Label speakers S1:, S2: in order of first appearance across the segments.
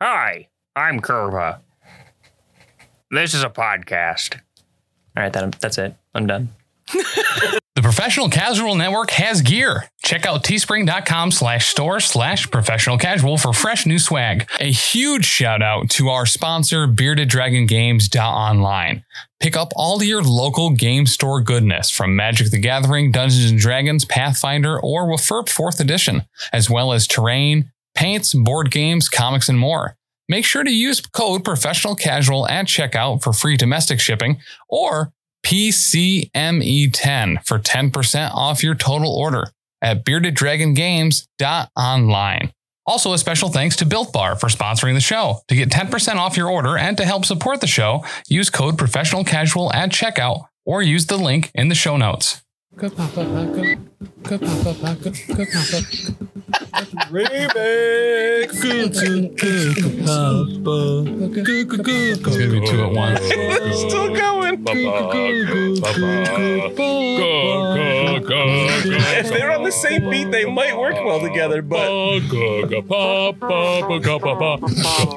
S1: Hi, I'm Kerba. This is a podcast.
S2: All right, that, that's it. I'm done.
S3: The Professional Casual Network has gear. Check out teespring.com slash store slash professional casual for fresh new swag. A huge shout out to our sponsor, Bearded Dragon Games Online. Pick up all your local game store goodness from Magic the Gathering, Dungeons and Dragons, Pathfinder, or Wafurp 4th Edition, as well as terrain, paints, board games, comics, and more. Make sure to use code professional casual at checkout for free domestic shipping or PCME10 E for 10% off your total order at beardeddragongames.online. Also, a special thanks to Built Bar for sponsoring the show. To get 10% off your order and to help support the show, use code professional casual at checkout or use the link in the show notes. It's going to be two at once.
S1: It's still going.
S4: If
S5: If
S4: they're on the same beat, they might work well together, but we'll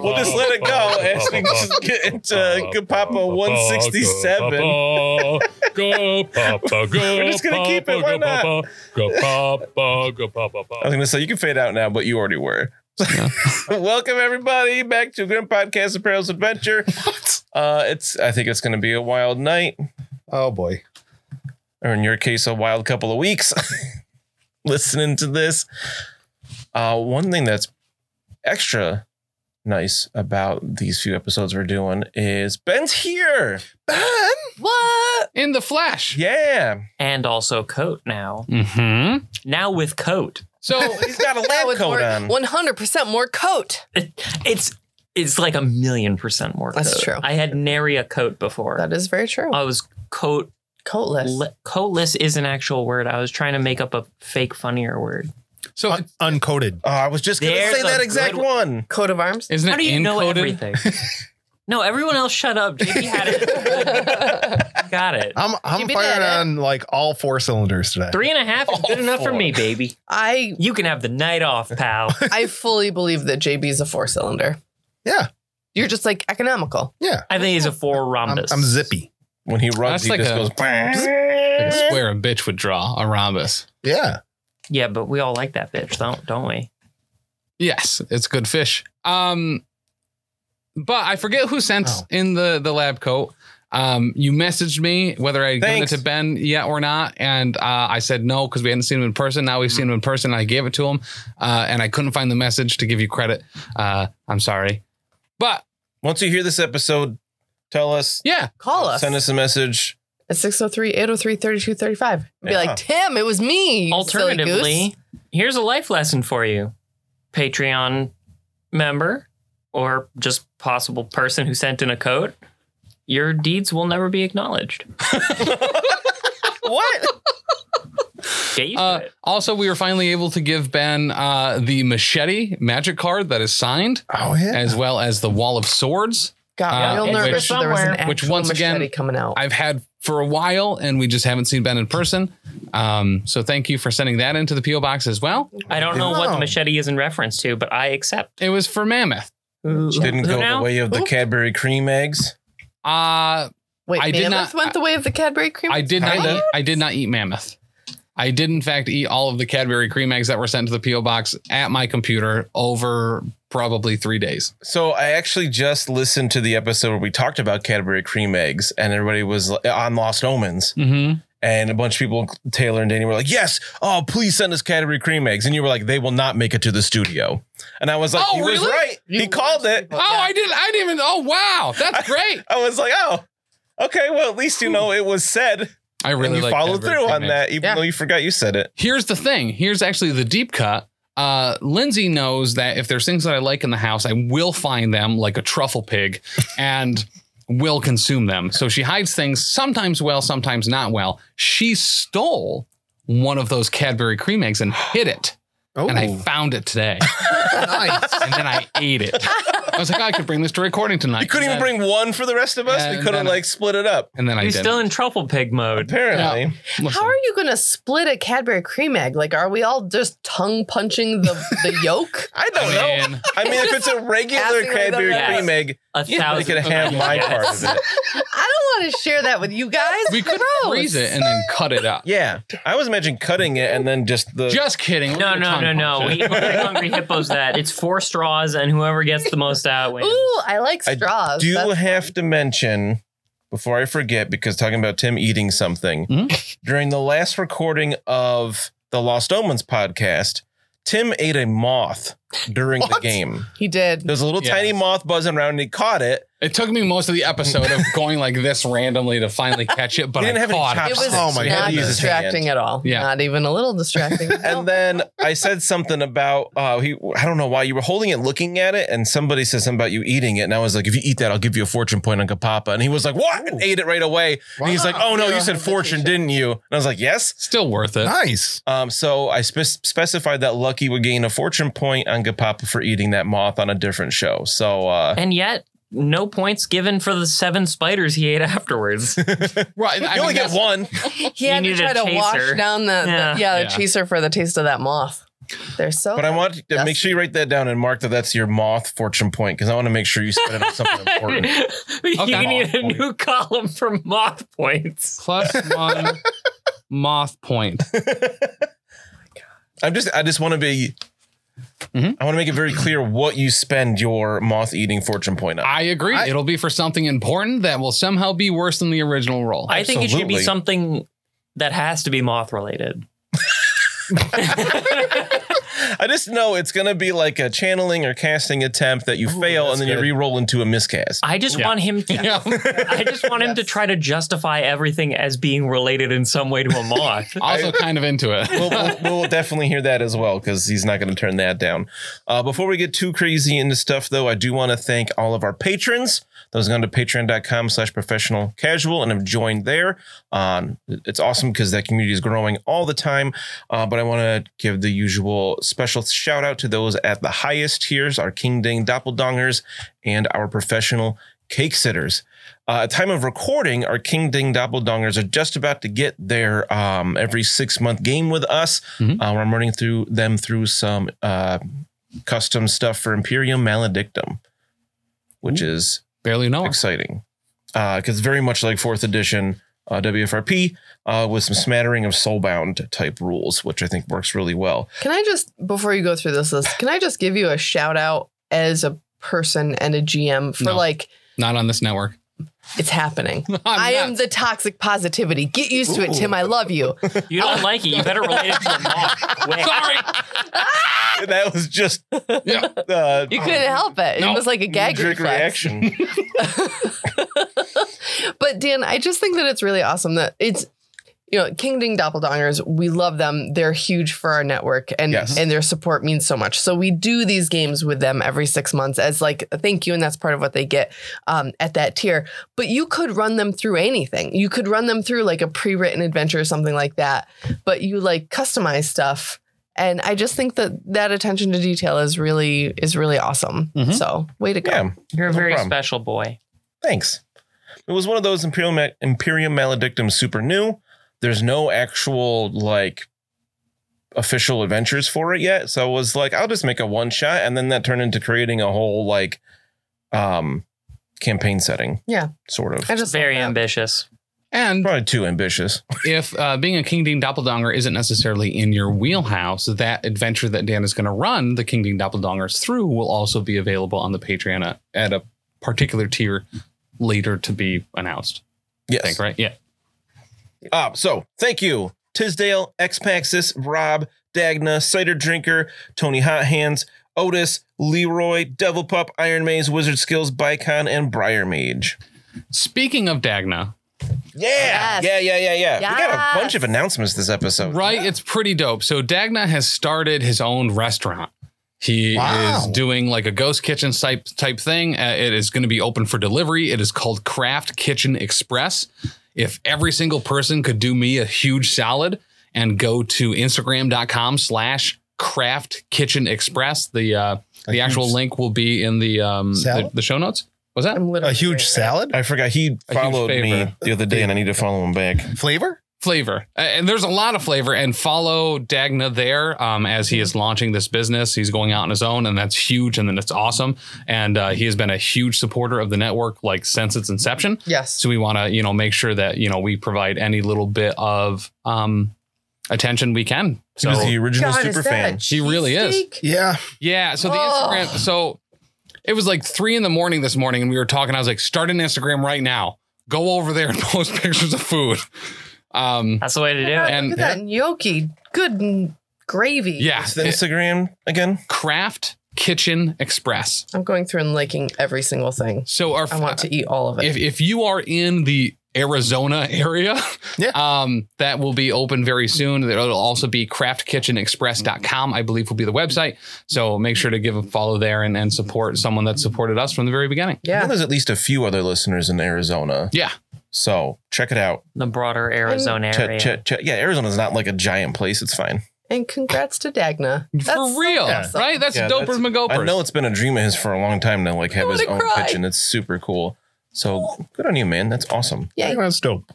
S5: We'll
S4: just let it go as we just get into Kapapa 167.
S5: We're
S4: just gonna keep it, why not? I was going to say, you can fade out now, but you already were. Welcome, everybody, back to Grim Podcast Apparel's Adventure. Uh, it's I think it's going to be a wild night,
S6: Oh boy.
S4: or in your case, a wild couple of weeks listening to this. Uh, one thing that's extra nice about these few episodes we're doing is Ben's here.
S2: What?
S3: In the flash.
S4: Yeah.
S2: And also coat now.
S3: Mm-hmm.
S2: Now with coat.
S3: So
S4: He's got a
S7: Now
S4: lab
S7: with
S4: coat
S7: more,
S4: on.
S7: 100% more coat.
S2: It's it's like a million percent more.
S7: That's
S2: coat.
S7: true.
S2: I had nary a coat before.
S7: That is very true.
S2: I was coat
S7: Coatless.
S2: Uh, le- coatless is an actual word. I was trying to make up a fake funnier word.
S3: so
S6: Un- uncoated.
S4: Oh, I was just going to
S2: There's
S4: say that
S2: a
S4: exact
S2: good-
S4: one.
S7: coat of arms.
S3: isn't
S2: How
S3: it
S2: do you know
S3: encoded?
S2: everything? no, everyone else shut up. JP had it.
S7: That's
S2: Got it.
S6: I'm I'm
S7: Keep it
S6: firing
S7: at it.
S6: on like all four cylinders today.
S2: Three and a half is
S4: All
S2: good enough for
S4: four.
S2: me, baby.
S7: I
S2: You can have the night off, pal.
S7: I fully believe that JB's a four cylinder.
S6: Yeah.
S7: You're just like economical.
S2: I think he's a four
S6: I'm,
S2: rhombus.
S6: I'm zippy.
S4: When he runs,
S3: That's
S4: he
S3: like
S4: just
S3: a-
S4: goes.
S3: Like a square a bitch would draw a rhombus.
S6: Yeah.
S2: Yeah, but we all like that bitch, don't don't we?
S3: Yes, it's good fish. Um, but I forget who sent
S6: Oh.
S3: in the the lab coat. Um, you messaged me whether I given it
S4: Thanks.
S3: to Ben yet or not, and uh, I said no because we hadn't seen him in person. Now we've seen him in person. And I gave it to him, uh, and I couldn't find the message to give you credit. Uh, I'm sorry, but
S4: Once you hear this episode, tell us,
S3: yeah,
S7: Call us
S4: send us a message.
S7: at 603 803 3235. Be
S4: Yeah.
S7: like, Tim, it was me. you silly goose."
S2: Alternatively, here's a life lesson for you. Patreon member or just possible person who sent in a coat, your deeds will never be acknowledged.
S7: what?
S2: Get used
S3: Uh,
S2: to it.
S3: also we were finally able to give Ben uh, the machete magic card that is signed,
S6: Oh yeah.
S3: as well as the wall of swords.
S7: Got
S3: Uh,
S7: real
S3: which-
S7: nervous. that there was an
S2: somewhere-
S7: actual
S3: which once again,
S7: machete coming out.
S3: I've had for a while, and we just haven't seen Ben in person. Um, so thank you for sending that into the PO box as well.
S2: I don't know what the
S6: no.
S2: machete is in reference to, but I accept.
S3: It was for Mammoth.
S2: Who,
S4: Didn't
S2: who
S4: go
S2: now?
S4: the way of the
S7: Oop.
S4: Cadbury cream eggs.
S3: Uh,
S7: Wait,
S3: I
S7: I
S3: did not-
S7: went the way of the Cadbury cream.
S3: I did not.
S4: Kinda.
S3: Eat, I did not eat Mammoth. I did in fact eat all of the Cadbury cream eggs that were sent to the PO box at my computer over probably three days.
S4: So I actually just listened to the episode where we talked about Cadbury cream eggs, and everybody was like, on Lost Omens,
S3: Mm-hmm.
S4: and a bunch of people, Taylor and Danny, were like, "Yes, oh please send us Cadbury cream eggs," and you were like, "They will not make it to the studio," and I was like,
S3: Oh,
S4: "He was
S3: really?
S4: right. he called it."
S3: Oh, I didn't. I didn't even. Oh, wow, that's great.
S4: I was like, "Oh, okay. Well, at least you know it was said,
S3: I
S4: and
S3: really
S4: you
S3: like
S4: followed
S3: Cadbury
S4: through
S3: cream
S4: on
S3: eggs.
S4: that, even
S7: Yeah.
S4: though you forgot you said it."
S3: Here's the thing. Here's actually the deep cut. Uh, Lindsay knows that if there's things that I like in the house, I will find them like a truffle pig and will consume them. So she hides things sometimes well, sometimes not well. She stole one of those Cadbury cream eggs and hid it.
S6: Oh
S3: And I found it today.
S6: nice.
S3: and then I ate it. I was like, "Oh, I could bring this to recording tonight.
S4: You couldn't even
S3: And then-
S4: bring one for the rest of us.
S3: Yeah,
S4: we could have
S3: no, no.
S4: like split it up.
S3: And then I
S2: You're
S3: did.
S2: still in truffle pig mode.
S4: Apparently,
S7: How are you gonna split a Cadbury cream egg? Like, are we all just tongue punching the, the yolk?
S4: I don't know.
S3: Man.
S4: I mean, if it's a regular
S7: Asking
S4: Cadbury
S2: whether-
S4: cream egg,
S2: A
S4: you
S2: thousand.
S4: could have my
S2: Yes.
S4: part of it.
S7: I don't want to share that with you guys.
S3: We could
S7: Gross.
S3: freeze it and then cut it up.
S4: Yeah, I was imagining cutting it and then just the.
S3: Just kidding.
S2: No,
S3: We're gonna
S2: no, no,
S3: tongue
S2: no.
S3: punch
S2: We
S3: it.
S2: we're hungry hippos. That it's four straws, and whoever gets the most out wins.
S7: Ooh, I like
S4: I
S7: straws.
S4: do
S7: That's-
S4: have to mention before I forget because talking about Tim eating something
S3: Hmm?
S4: during the last recording of the Lost Omens podcast, Tim ate a moth during the
S6: What?
S4: game.
S7: he did.
S4: There's a little
S3: Yes.
S4: tiny moth buzzing around and he caught it.
S3: It took me most of the episode of going like this randomly to finally catch it, but
S4: He didn't
S3: I
S4: have any
S3: caught
S4: chops.
S7: It was
S6: Oh my
S7: not
S6: God.
S4: Use his
S7: distracting at all.
S3: Yeah.
S7: Not even a little distracting.
S4: And then I said something about uh, he. I don't know why you were holding it, looking at it, and somebody said something about you eating it. And I was like, if you eat that, I'll give you a fortune point on Kapapa. And he was like, what? And ate it right away. And he's like, oh no,
S7: Zero
S4: you said fortune,
S7: hesitation.
S4: didn't you? And I was like, yes.
S3: Still worth it.
S6: Nice.
S4: Um, so I spe- specified that Lucky would gain a fortune point on Kapapa for eating that moth on a different show. So uh,
S2: And yet, no points given for the seven spiders he ate afterwards.
S3: Right. I
S4: you only
S3: mean,
S4: get
S3: that's-
S4: one.
S7: he had
S2: You
S7: to
S2: need a
S7: try to
S2: chaser.
S7: wash down the, the-
S2: Yeah.
S7: yeah. the,
S3: Yeah.
S7: chaser for the taste of that moth. They're so.
S4: But I want to
S7: Yes.
S4: make sure you write that down and mark that that's your moth fortune point because I want to make sure you spend it on something important.
S2: You
S3: Okay.
S2: need a new column for moth points.
S3: Plus one moth point.
S4: I'm just I just want to be
S3: Mhm.
S4: I want to make it very clear what you spend your moth eating fortune point on.
S3: I agree.
S6: I-
S3: It'll be for something important that will somehow be worse than the original roll.
S2: I think it should be
S4: Absolutely.
S2: something that has to be moth related.
S4: I just know it's going to be like a channeling or casting attempt that you fail and then you re-roll into a miscast.
S2: I just
S3: Yeah.
S2: want him to.
S3: Yeah.
S2: I just want him to try to justify everything as being related in some way to a moth.
S3: also kind of into it.
S4: we'll, we'll, we'll definitely hear that as well because he's not going to turn that down. Uh, before we get too crazy into stuff, though, I do want to thank all of our patrons. Those going to patreon.com slash professional casual and have joined there. Um, it's awesome because that community is growing all the time. Uh, but I want to give the usual special shout out to those at the highest tiers, our King Ding Doppeldongers and our professional cake sitters. Uh, at time of recording, our King Ding Doppeldongers are just about to get their um, every six month game with us.
S3: Mhm.
S4: Uh, I'm running through them through some uh, custom stuff for Imperium Maledictum, which is
S3: Barely know. her.
S4: exciting because very much like fourth edition uh, WFRP uh, with some smattering of soulbound type rules, which I think works really well.
S7: Can I just before you go through this list? Can I just give you a shout out as a person and a GM for
S3: No.
S7: like
S3: Not on this network.
S7: it's happening.
S3: I'm
S7: I am
S3: not-
S7: the toxic positivity. Get used to it, Tim. I love you.
S2: You don't like it. You better relate it to a moth. Quick.
S3: Sorry.
S4: That was just
S3: Yeah.
S4: uh,
S7: You couldn't help it.
S3: No.
S7: It was like a gag
S4: knee-jerk
S7: reflex.
S4: reaction.
S7: But Dan, I just think that it's really awesome that it's you know, King Ding Doppeldongers, we love them. They're huge for our network and
S4: Yes.
S7: and their support means so much. So we do these games with them every 6 months as like a thank you and that's part of what they get um, at that tier. But you could run them through anything. You could run them through like a pre-written adventure or something like that, but you like customize stuff and I just think that that attention to detail is really is really awesome.
S3: Mhm.
S7: So, way to go.
S4: yeah,
S2: You're a
S4: No
S2: very
S4: problem.
S2: special boy.
S4: thanks. It was one of those Imperium, Ma- Imperium Maledictum super new. There's no actual like official adventures for it yet. So I was like, I'll just make a one shot. And then that turned into creating a whole like um campaign setting.
S7: Yeah.
S4: Sort of.
S7: I just
S2: Very
S7: love that.
S2: ambitious.
S3: And
S4: Probably too ambitious.
S3: if uh, being a King Ding Doppeldonger isn't necessarily in your wheelhouse, that adventure that Dan is going to run the King Ding Doppeldongers through will also be available on the Patreon at, at a particular tier later to be announced.
S4: Yes.
S3: I think, right? Yeah.
S4: Uh, so thank you, Tisdale, Expaxis, Rob, Dagna, Cider Drinker, Tony Hot Hands, Otis, Leroy, Devil Pup, Iron Maze, Wizard Skills, Bicon, and Briar Mage.
S3: Speaking of Dagna,
S4: Yeah,
S7: Yes.
S4: yeah, yeah, yeah, yeah. We got
S7: Yes.
S4: a bunch of announcements this episode.
S3: right? It's pretty dope. So Dagna has started his own restaurant. He
S6: Wow.
S3: is doing like a ghost kitchen type type thing. Uh, it is going to be open for delivery. It is called Craft Kitchen Express. If every single person could do me a huge salad and go to Instagram.com slash Craft Kitchen Express. The uh, the
S4: A
S3: actual
S4: huge-
S3: link will be in the um the,
S6: Salad?
S3: the show notes. Was that
S7: I'm literally
S6: A huge
S7: doing
S6: salad
S4: I forgot he
S3: A huge
S4: followed me
S3: favor.
S4: the other day, and I need to follow him back.
S6: flavor?
S3: flavor? Uh, And there's a lot of flavor. And follow Dagna there um, as he is launching this business. He's going out on his own, and that's huge. And then it's awesome. And uh, he has been a huge supporter of the network like since its inception.
S7: that. Yes.
S3: So we want to, you know, make sure that you know we provide any little bit of um, attention we can.
S4: He
S3: So
S4: was the original
S7: God, is
S4: super
S7: that
S4: fan.
S3: She really is.
S7: cheesesteak?
S6: Yeah.
S3: yeah, so the
S7: Oh.
S3: Instagram. So it was like three in the morning this morning, and we were talking. I was like, start an Instagram right now. Go over there and post pictures of food. Um,
S2: That's the way to do
S7: God,
S2: it.
S3: And-
S7: look at that gnocchi. Good n- gravy.
S3: yeah,
S4: It's the Instagram again.
S3: Craft Kitchen Express.
S7: I'm going through and liking every single thing.
S3: So our
S7: I want to eat all of it.
S3: if if you are in the Arizona area,
S6: Yeah.
S3: um, that will be open very soon. It'll also be craftkitchenexpress.com, I believe will be the website. So make sure to give a follow there and, and support someone that supported us from the very beginning.
S4: I know
S7: yeah.
S4: there's at least a few other listeners in Arizona.
S3: Yeah.
S4: So check it out.
S2: The broader Arizona area.
S4: Ch- ch- ch- yeah, Arizona's not like a giant place. It's fine.
S7: And congrats to Dagna.
S3: For real.
S7: awesome.
S3: Right? That's
S4: Yeah,
S3: doper
S4: that's-
S3: McGopers.
S4: I know it's been a dream of his for a long time to like have his
S7: wanna
S4: own
S7: cry.
S4: kitchen. It's super cool. So good on you, man. That's awesome.
S7: Yay.
S6: That's dope.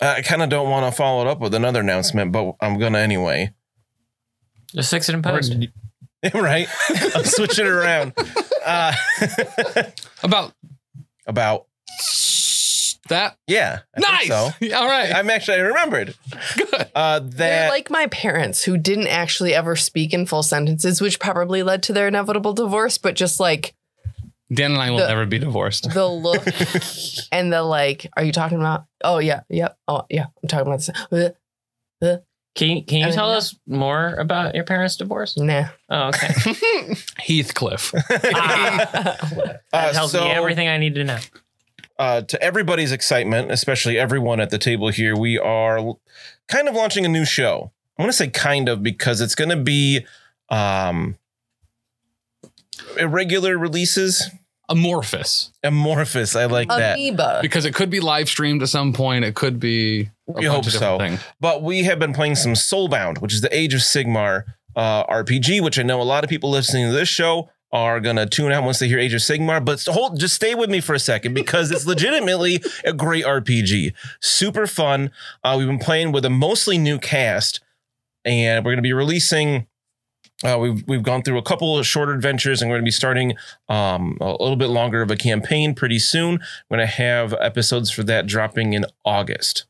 S4: Uh, I kind of don't want to follow it up with another announcement, but I'm gonna anyway.
S2: Just fix it in post.
S4: right? I'm switching it around. Uh,
S3: About
S4: about
S3: that.
S4: yeah. I
S3: nice.
S4: think So
S3: All right.
S4: I'm actually I remembered. Good. Uh,
S7: They're
S4: that
S7: like my parents who didn't actually ever speak in full sentences, which probably led to their inevitable divorce, but just like
S3: Dan and I will
S7: The-
S3: never be divorced.
S7: the look and the like, are you talking about? Oh, yeah, yep. Oh, yeah, I'm talking about this.
S2: Can you, can
S7: I
S2: you
S7: mean,
S2: tell
S7: yeah.
S2: us more about your parents' divorce?
S7: uh, Nah.
S2: Oh, okay.
S3: Heathcliff.
S2: Ah,
S4: uh,
S2: that tells
S4: so,
S2: me everything I need to know.
S4: uh, to everybody's excitement, especially everyone at the table here, we are l- kind of launching a new show. I'm going to say kind of because it's going to be um, irregular releases,
S3: Amorphous.
S4: amorphous. I like that.
S7: Amoeba.
S3: Because it could be live streamed at some point. It could be a
S4: We hope so.
S3: things.
S4: But we have been playing some Soulbound, which is the Age of Sigmar uh, RPG, which I know a lot of people listening to this show are gonna tune out once they hear Age of Sigmar. But hold, just stay with me for a second because it's legitimately a great RPG, super fun. Uh, we've been playing with a mostly new cast, and we're gonna be releasing. Uh, we've we've gone through a couple of short adventures, and we're going to be starting um, a little bit longer of a campaign pretty soon. I'm going to have episodes for that dropping in August.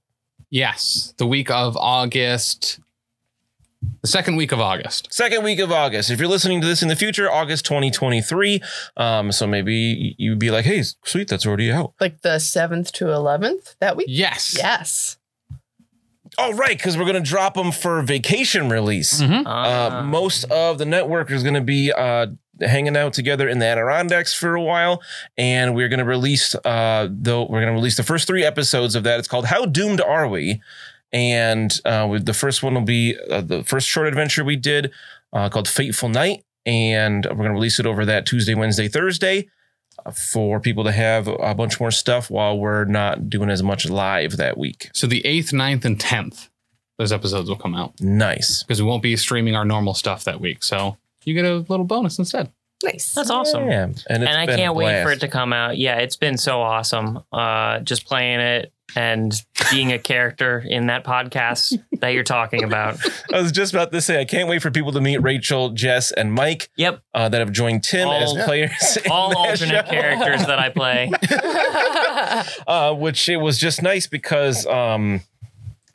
S3: Yes, the week of August, the second week of August.
S4: second week of August. If you're listening to this in the future, August 2023. Um, so maybe you'd be like, hey, sweet, that's already out.
S7: like the 7th to 11th that week?
S3: Yes.
S7: Yes.
S4: Oh, right, because we're going to drop them for vacation release.
S3: Mhm.
S2: Ah.
S4: Uh, most of the network is going to be uh, hanging out together in the Adirondacks for a while, and we're going to release uh, though we're going to release the first three episodes of that. It's called "How Doomed Are We," and uh, with the first one will be uh, the first short adventure we did uh, called "Fateful Night," and we're going to release it over that Tuesday, Wednesday, Thursday. uh, For people to have a bunch more stuff while we're not doing as much live that week.
S3: So the 8th, 9th, and 10th, those episodes will come out
S4: Nice.
S3: because we won't be streaming our normal stuff that week. So you get a little bonus instead.
S7: Nice.
S2: That's awesome.
S4: Yeah. And, it's
S2: and I
S4: been a
S2: can't wait for
S4: blast.
S2: it to come out. Yeah, it's been so awesome. Uh, just playing it and being a character in that podcast that you're talking about.
S4: I was just about to say, I can't wait for people to meet Rachel, Jess, and Mike
S2: Yep,
S4: uh, that have joined Tim
S2: All-
S4: as players. in
S2: all
S4: that
S2: alternate
S4: show.
S2: characters that I play.
S4: Uh, which it was just nice because um,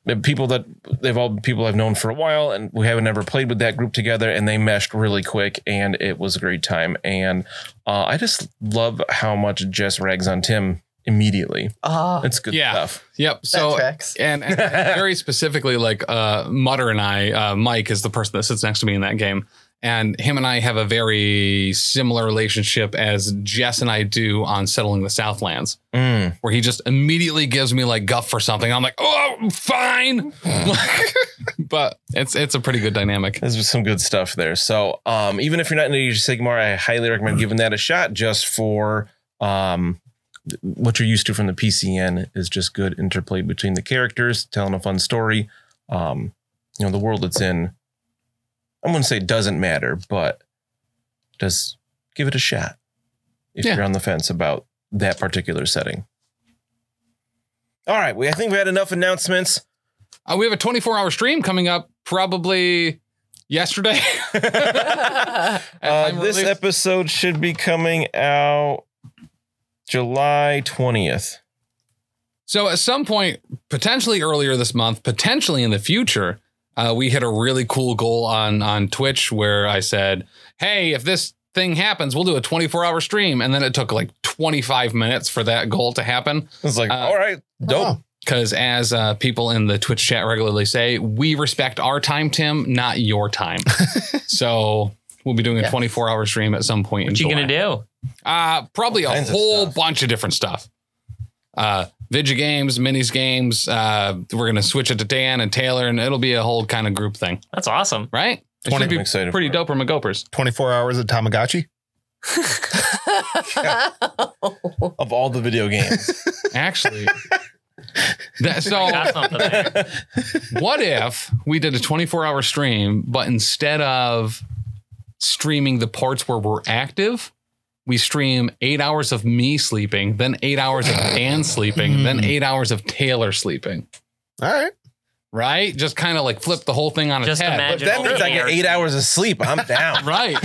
S4: the people that they've all been people I've known for a while, and we haven't ever played with that group together, and they meshed really quick, and it was a great time. And uh, I just love how much Jess rags on Tim immediately.
S7: Ah, that
S4: It's good
S3: Yeah.
S4: stuff.
S3: Yep. So
S7: tracks.
S3: and, and very specifically, like uh, Mutter and I, uh, Mike is the person that sits next to me in that game. And him and I have a very similar relationship as Jess and I do on Settling the Southlands.
S4: Mm.
S3: where he just immediately gives me like guff for something. I'm like, oh, fine. but it's it's a pretty good dynamic.
S4: This was some good stuff there. So um, even if you're not into Age of Sigmar, I highly recommend giving that a shot just for um, what you're used to from the PCN is just good interplay between the characters, telling a fun story. Um, you know, the world it's in I'm going to say doesn't matter, but just give it a shot if
S3: Yeah.
S4: you're on the fence about that particular setting. All right, we I think we had enough announcements.
S3: Uh, we have a 24 hour stream coming up probably yesterday.
S4: Uh, this
S3: episode.
S4: episode should be coming out July 20th.
S3: So at some point, potentially earlier this month, potentially in the future, uh, we hit a really cool goal on on Twitch where I said, "Hey, if this thing happens, we'll do a 24 hour stream." And then it took like 25 minutes for that goal to happen
S4: It's like,
S3: Uh,
S4: all right, dope.
S3: because, as uh, people in the Twitch chat regularly say, we respect our time, Tim, not your time. so. We'll be doing a
S7: Yes.
S3: 24 hour stream at some point.
S2: What
S3: in
S2: you gonna
S3: July.
S2: do?
S3: Uh, probably
S4: All
S3: a
S4: kinds of
S3: whole
S4: stuff.
S3: bunch of different stuff. Uh, video games, minis games. Uh, we're gonna switch it to Dan and Taylor, and it'll be a whole kind of group thing,
S2: That's awesome.
S3: right? It
S4: Twenty-
S3: should be
S4: I'm excited
S3: pretty
S4: for
S3: dope or McGopers.
S6: 24 hours of Tamagotchi.
S4: Of all the video games.
S3: Actually, that, so
S2: Got something there.
S3: what if we did a 24 hour stream, but instead of streaming the parts where we're active, we stream eight hours of me sleeping, then eight hours of Dan sleeping, then eight hours of Taylor sleeping.
S6: All right.
S3: right? Just kind of like flip the whole thing on its
S2: Just
S3: head.
S4: But
S2: imagine.
S4: that means I get
S2: Sure.
S4: eight hours of sleep. I'm down.
S3: Right.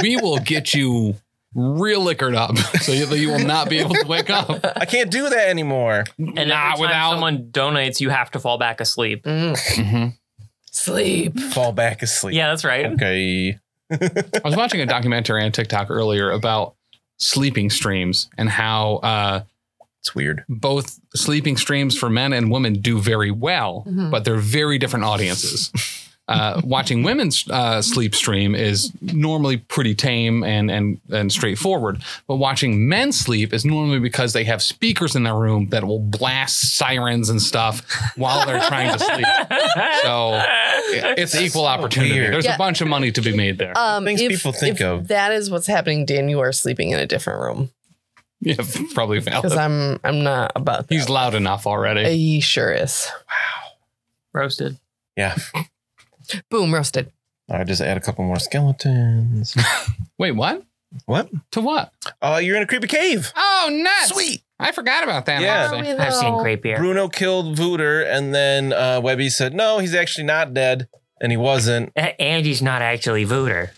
S3: we will get you real liquored up so that you will not be able to wake up.
S4: I can't do that anymore.
S2: And
S3: Nah,
S2: every time
S3: without-
S2: someone donates, you have to fall back asleep.
S7: Mm,
S3: Mhm.
S7: sleep.
S4: Fall back asleep.
S2: Yeah, that's right.
S4: Okay.
S3: I was watching a documentary on TikTok earlier about sleeping streams and how uh,
S4: It's weird.
S3: both sleeping streams for men and women do very well,
S4: Mm-hmm.
S7: Mhm.
S3: but they're very different audiences. Uh, watching women's uh, sleep stream is normally pretty tame and and and straightforward, but watching men sleep is normally because they have speakers in their room that will blast sirens and stuff while they're trying to sleep. So it- it's equal opportunity.
S4: weird. Uh,
S3: There's
S7: Yeah.
S3: a bunch of money to be made there.
S7: Um,
S4: Things people think
S7: if
S4: of.
S7: That is what's happening, Dan. You are sleeping in a different room
S3: yeah, probably
S7: because
S3: valid.
S7: I'm I'm not about that.
S3: He's loud enough already.
S7: he sure is.
S2: Roasted.
S4: Yeah.
S7: Boom, roasted.
S4: I just add a couple more skeletons.
S3: Wait, what?
S4: What?
S3: To what?
S4: Uh, you're in a creepy cave.
S3: Oh, nuts!
S4: Sweet.
S3: I forgot about that.
S4: Yeah.
S3: honestly.
S2: I've seen great beer.
S4: Bruno killed Vooter, and then uh, Webby said, "No, he's actually not dead," and he wasn't.
S2: Uh, Andy's not actually Vooter.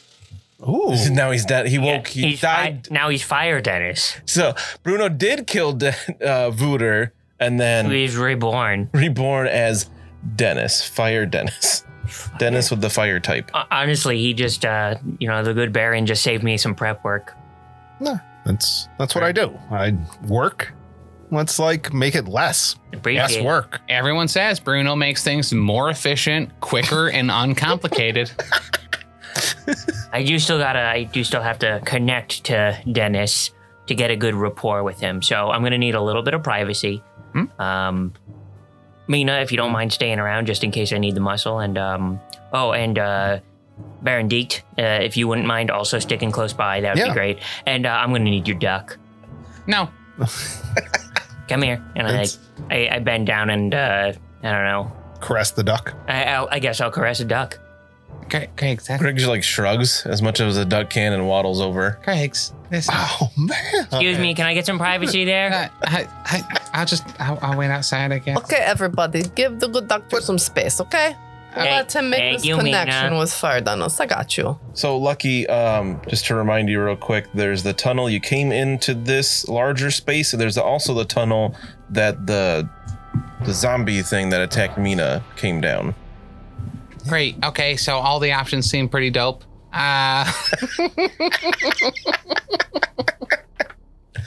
S6: Ooh.
S4: Now he's dead. He woke. he
S2: he's fi-
S4: died.
S2: now he's Fire Dennis.
S4: so Bruno did kill De- uh, Vooter, and then
S2: He's reborn.
S4: reborn as Dennis, Fire Dennis, Dennis with the fire type.
S2: Uh, honestly, he just, uh, you know, the good Baron just saved me some prep work.
S6: That's that's what I do. I work. Let's like make it less.
S2: Appreciate
S6: Less
S2: it.
S6: work.
S3: Everyone says Bruno makes things more efficient, quicker, and uncomplicated.
S2: I do still gotta, I do still have to connect to Dennis to get a good rapport with him. So I'm gonna need a little bit of privacy. Um, Mina, if you don't mind staying around, just in case I need the muscle, and um, oh, and uh, Baron Deet, uh, if you wouldn't mind also sticking close by, that would
S6: Yeah.
S2: be great. And uh, I'm gonna need your duck.
S3: no,
S2: Come here, and I,
S6: Thanks.
S2: I, I bend down and uh, I don't know.
S6: Caress the duck.
S2: I, I'll, I guess I'll caress a duck.
S3: Gre- Greg's, that-
S4: Greg just like shrugs as much as a duck can and waddles over.
S3: Greg's. This, I,
S6: Oh man.
S2: Excuse me, can I get some privacy there?
S3: I, I, I'll just, I'll, I'll wait outside, I guess.
S7: Okay, everybody, give the good doctor some space, okay?
S2: Hey,
S7: Let him make
S2: thank
S7: this
S2: you,
S7: connection
S2: Mina.
S7: with Fire Danos. I got you.
S4: So lucky, um, just to remind you real quick, there's the tunnel you came into this larger space, and there's also the tunnel that the the zombie thing that attacked Mina came down.
S3: Great. Okay, so all the options seem pretty dope. Uh,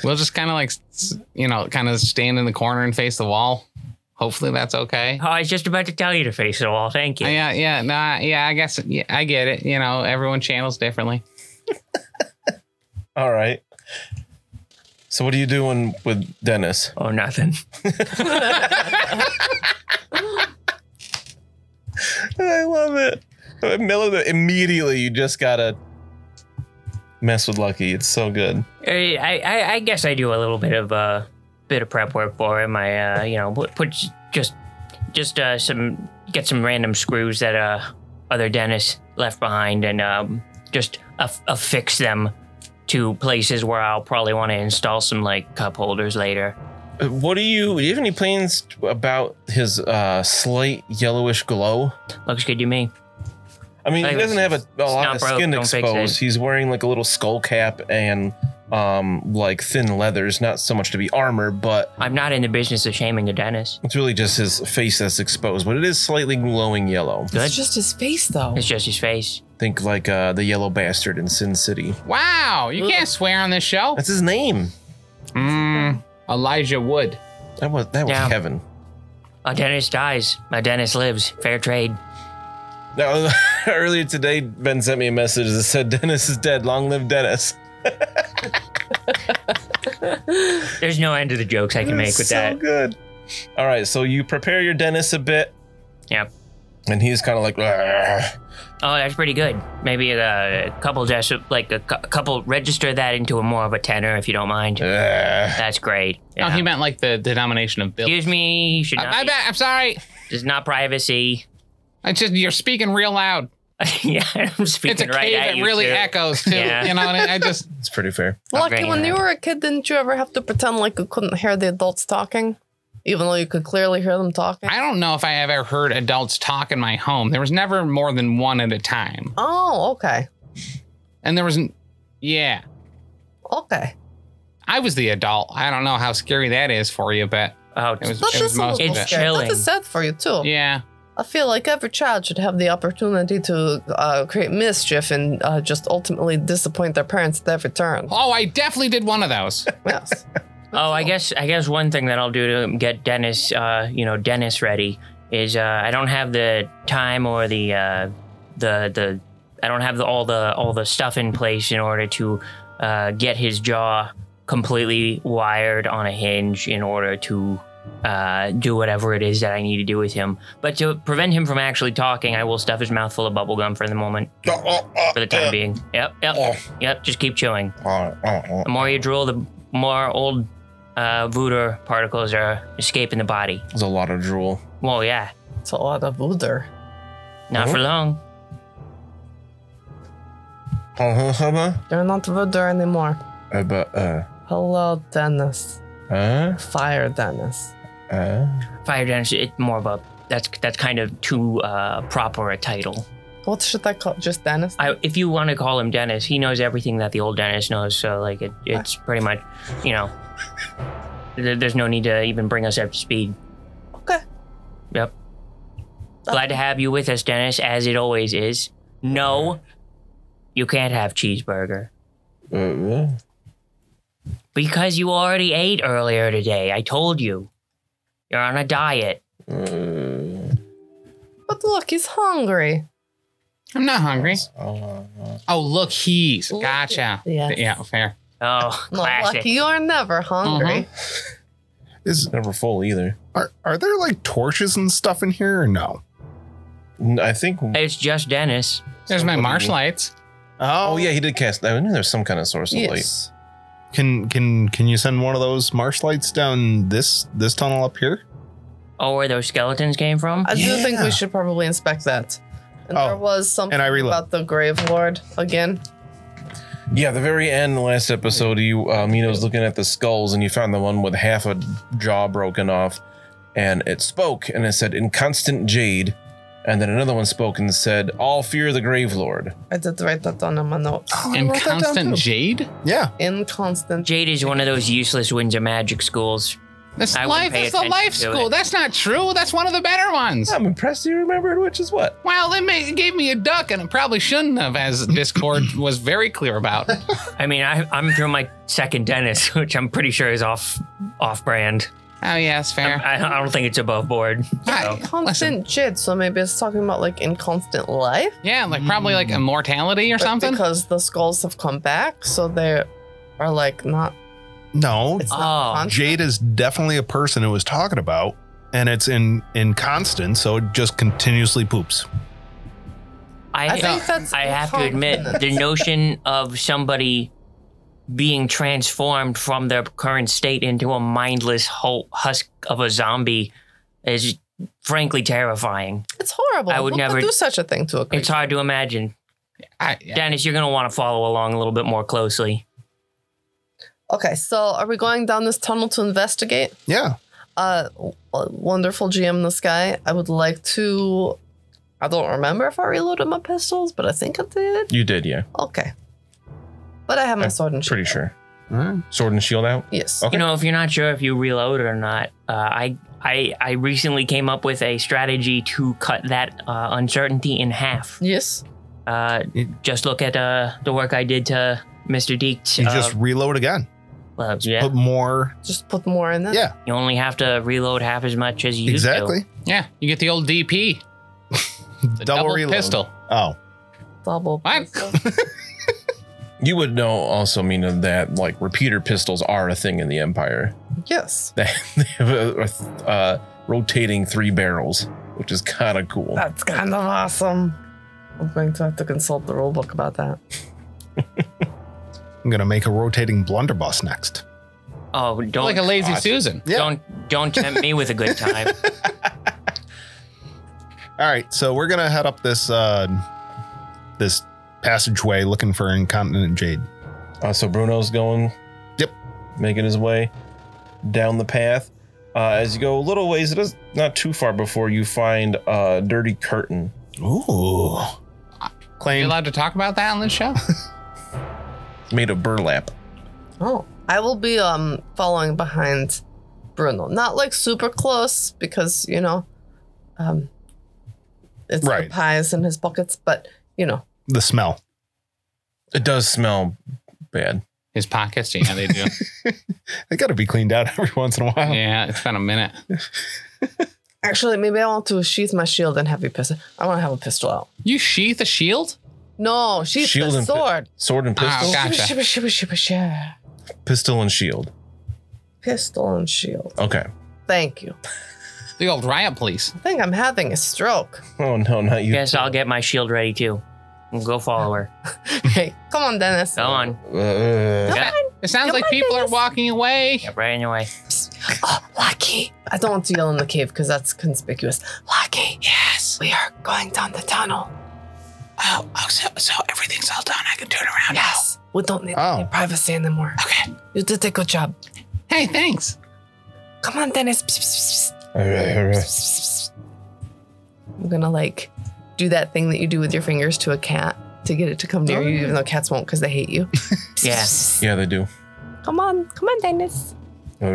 S3: we'll just kind of like, s- you know, kind of stand in the corner and face the wall. Hopefully that's okay.
S2: Oh, I was just about to tell you to face the wall. Thank you.
S3: Yeah, yeah, nah, yeah. I guess yeah, I get it. You know, everyone channels differently.
S4: All right. So what are you doing with Dennis?
S2: Oh, nothing.
S4: I love it. Miller, immediately you just gotta mess with Lucky. It's so good.
S2: Uh, I, I, I guess I do a little bit of uh, bit of prep work for him. I, uh, you know, put, put just just uh, some get some random screws that uh other dentists left behind and um, just aff- affix them to places where I'll probably want to install some like cup holders later.
S4: Uh, What do you? Do you have any plans t- about his uh, slight yellowish glow?
S2: Looks good to me.
S4: I mean,
S2: I
S4: he
S2: think
S4: doesn't have a, a
S2: it's
S4: lot
S2: not
S4: of
S2: broke,
S4: skin
S2: don't fix it.
S4: exposed. He's wearing like a little skull cap and um like thin leathers, not so much to be armor, but
S2: I'm not in the business of shaming a dentist.
S4: it's really just his face that's exposed. But it is slightly glowing yellow.
S2: Good.
S7: It's just his face, though.
S2: It's just his face.
S4: Think like uh the yellow bastard in Sin City.
S3: Wow, you can't swear on this show.
S4: That's his name.
S3: Mm, Elijah Wood.
S4: That was that was
S2: Yeah.
S4: Kevin.
S2: A dentist dies. A dentist lives. Fair trade.
S4: Now, earlier today, Ben sent me a message that said Dennis is dead. Long live Dennis.
S2: There's no end to the jokes I can make with
S4: so
S2: that.
S4: good. All right, so you prepare your Dennis a bit,
S2: Yep.
S4: and he's kind of like, "Argh."
S2: Oh, that's pretty good. Maybe a couple just like a cou- couple register that into a more of a tenor if you don't mind. That's great.
S3: No,
S2: Yeah.
S3: Oh, he meant like the denomination of Bill.
S2: Excuse me. Should
S3: I, I
S2: not. Be,
S3: bet. I'm sorry.
S2: this is not privacy.
S3: I just you're speaking real loud.
S2: yeah, I'm speaking
S3: It's a
S2: right
S3: cave.
S2: at
S3: it
S2: you.
S3: really
S2: too.
S3: echoes too.
S2: Yeah.
S3: You know, and I I just
S4: it's pretty fair.
S7: Lucky,
S2: Okay,
S7: when
S2: yeah.
S7: you were a kid, didn't you ever have to pretend like you couldn't hear the adults talking? Even though you could clearly hear them talking?
S3: I don't know if I ever heard adults talk in my home. There was never more than one at a time,
S7: oh, okay.
S3: and there wasn't. Yeah,
S7: Okay.
S3: I was the adult. I don't know how scary that is for you, but
S2: Oh,
S3: it was.
S7: That's
S3: it was
S7: just a
S3: most
S7: little
S3: of
S2: It's
S3: it.
S7: scary.
S2: chilling.
S7: That's sad for you, too.
S3: Yeah,
S7: I feel like every child should have the opportunity to uh, create mischief and uh, just ultimately disappoint their parents at every turn.
S3: Oh, I definitely did one of those.
S7: Yes.
S2: Oh, I guess I guess one thing that I'll do to get Dennis, uh, you know, Dennis ready is uh, I don't have the time or the uh, the the I don't have the, all the all the stuff in place in order to uh, get his jaw completely wired on a hinge in order to uh, do whatever it is that I need to do with him. But to prevent him from actually talking, I will stuff his mouth full of bubble gum for the moment, for the time being. Yep, yep, yep. Just keep chewing.
S4: Uh,
S2: The more you drool, the more old uh, voodoo particles are escaping the body.
S4: There's a lot of drool.
S2: Well, yeah,
S7: It's a lot of voodoo.
S2: not for long.
S4: Uh-huh, huh,
S7: You're not voodoo anymore.
S4: huh. Uh, but, uh,
S7: Hello, Dennis.
S4: uh,
S7: Fire, Dennis.
S4: uh.
S2: Fire dance, it's more of a that's that's kind of too uh, proper a title.
S7: What should I call Just Dennis?
S2: I, if you want to call him Dennis, he knows everything that the old Dennis knows. So like it, it's pretty much, you know, there- there's no need to even bring us up to speed.
S7: Okay.
S2: Yep. Glad to have you with us, Dennis, as it always is. No, you can't have cheeseburger.
S4: uh,
S2: Because you already ate earlier today. I told you. You're on a diet.
S4: uh,
S7: But look, he's hungry.
S3: I'm not hungry.
S4: uh,
S3: Oh, look, he's gotcha.
S7: Yes.
S3: Yeah, fair.
S2: Oh,
S7: No,
S2: classic.
S7: lucky you're never
S6: Uh-huh.
S7: hungry.
S6: Is
S4: Never full either.
S6: are are there like torches and stuff in here or no?
S4: N- I think.
S2: It's just Dennis.
S3: There's my
S4: somebody-
S3: marsh lights.
S4: Oh, yeah, he did cast. I knew there's some kind of source of light.
S7: Yes.
S6: Can can can you send one of those marsh lights down this this tunnel up here?
S2: Oh, where those skeletons came from?
S7: I do think
S6: Yeah.
S7: we should probably inspect that. And
S6: Oh,
S7: there was something
S6: and I reload.
S7: about the Grave Lord again.
S4: Yeah, the very end, last episode, you um, you know, was looking at the skulls, and you found the one with half a jaw broken off, and it spoke, and it said, "In constant jade," and then another one spoke and said, "All fear the Grave Lord."
S7: I did write that down on my notes.
S3: And constant jade.
S6: Yeah.
S7: Inconstant.
S2: Jade is one of those useless Windsor magic schools.
S3: That's
S2: I wouldn't
S3: life.
S2: pay
S3: That's the
S2: attention to
S3: life school.
S2: it.
S3: That's not true. That's one of the better ones.
S4: I'm impressed. You remembered which is what.
S3: Wow, they ma- gave me a duck, and it probably shouldn't have, as Discord was very clear
S2: Oh,
S3: about.
S2: I mean, I, I'm through my second Dennis, which I'm pretty sure is off off brand.
S3: Oh yeah, it's fair.
S2: I, I don't think it's above board.
S3: Hi. Listen.
S7: Constant jid, so maybe it's talking about like inconstant life.
S3: Yeah, like probably like immortality or
S7: but
S3: something.
S7: Because the skulls have come back, so they are like not.
S6: No.
S7: It's
S2: Oh.
S7: not constant.
S6: Jade is definitely a person who was talking about, and it's in in constant, so it just continuously poops.
S2: I,
S7: I think that's.
S2: I have to admit,
S7: inconstant.
S2: the notion of somebody being transformed from their current state into a mindless hulk, husk of a zombie is frankly terrifying.
S7: It's horrible.
S2: I would
S7: Who
S2: never-
S7: could do such a thing to a creature.
S2: It's hard to imagine.
S3: I,
S2: Dennis, you're going to want to follow along a little bit more closely.
S7: Okay, so are we going down this tunnel to investigate?
S6: Yeah.
S7: Uh, w- wonderful GM in the sky. I would like to. I don't remember if I reloaded my pistols, but I think I did.
S4: You did, yeah.
S7: Okay, but I have my
S4: I'm
S7: sword and shield.
S4: Pretty sure.
S6: All right.
S4: Sword and shield out.
S7: Yes.
S4: Okay.
S2: You know, if you're not sure if you reload or not, uh, I, I, I recently came up with a strategy to cut that uh, uncertainty in half.
S7: Yes.
S2: Uh, just look at uh, the work I did to Mr. Deeks.
S6: You
S2: uh,
S6: just reload again.
S2: well, yeah,
S6: Put more.
S7: Just put more in there.
S6: Yeah.
S2: you only have to reload half as much as you used to.
S6: Exactly.
S3: yeah, you get the old DP, the double,
S6: reload.
S3: pistol.
S6: Oh.
S7: Double.
S3: Fine.
S7: pistol.
S4: You would know also, Mina, that like repeater pistols are a thing in the Empire.
S7: yes.
S4: They they have a, a th- uh, rotating three barrels, which is kind of cool.
S7: That's kind of awesome. I'm going to have to consult the rulebook about that.
S6: I'm going to make a rotating blunderbuss next.
S2: Oh, don't
S3: Like a lazy
S4: God.
S3: Susan.
S6: Yeah.
S2: don't don't tempt me with a good time.
S6: All right. So we're going to head up this uh this passageway looking for incontinent jade.
S4: Uh, so Bruno's going.
S6: Yep.
S4: Making his way down the path. Uh, as you go a little ways, it is not too far before you find a dirty curtain.
S6: Ooh.
S3: Are you
S6: Claim
S3: allowed to talk about that on this show?
S4: made of burlap.
S7: Oh, I will be um following behind Bruno. Not like super close because you know, um, it's
S6: Right.
S7: the pies in his pockets. But you know,
S6: the smell.
S4: It does smell bad.
S3: His pockets, yeah, they do.
S6: They got to be cleaned out every once in a while.
S3: yeah, it's been a minute.
S7: actually, maybe I want to sheath my shield and heavy pistol. I want to have a pistol out.
S3: You sheath a shield?
S7: No, sheath
S4: Shield
S7: the
S4: and pi-
S7: sword.
S4: Sword and pistol,
S3: Oh, God.
S7: Shiba,
S3: Gotcha.
S7: shiba, shiba, shiba, shiba.
S4: pistol and shield.
S7: Pistol and shield.
S4: Okay.
S7: Thank you.
S3: The old riot police.
S7: I think I'm having a stroke.
S4: Oh no, not you.
S2: Guess I'll get my shield ready too. We'll go follow her.
S7: hey, come on, Dennis.
S2: Go on,
S4: Uh,
S2: Yeah.
S3: It sounds
S7: Come
S3: like
S7: on,
S3: people are
S7: Dennis.
S3: walking away.
S2: get right in your way.
S7: Oh, Lucky. I don't want to yell in the cave because that's conspicuous. Lucky. Yes. We are going down the tunnel.
S3: Oh, oh so, so everything's all done. I can turn around.
S7: Yes. We don't need
S6: Oh.
S7: any privacy anymore.
S3: Okay.
S7: You did a good job.
S3: Hey, thanks.
S7: Come on, Dennis. Psst, psst, psst,
S4: uh,
S7: psst, psst, psst. I'm going to like do that thing that you do with your fingers to a cat to get it to come near
S6: Oh,
S7: you,
S6: yeah.
S7: even though cats won't because they hate you. Psst,
S2: Yeah.
S7: psst,
S4: yeah, they do.
S7: psst. Come on. Come on, Dennis.
S4: Uh,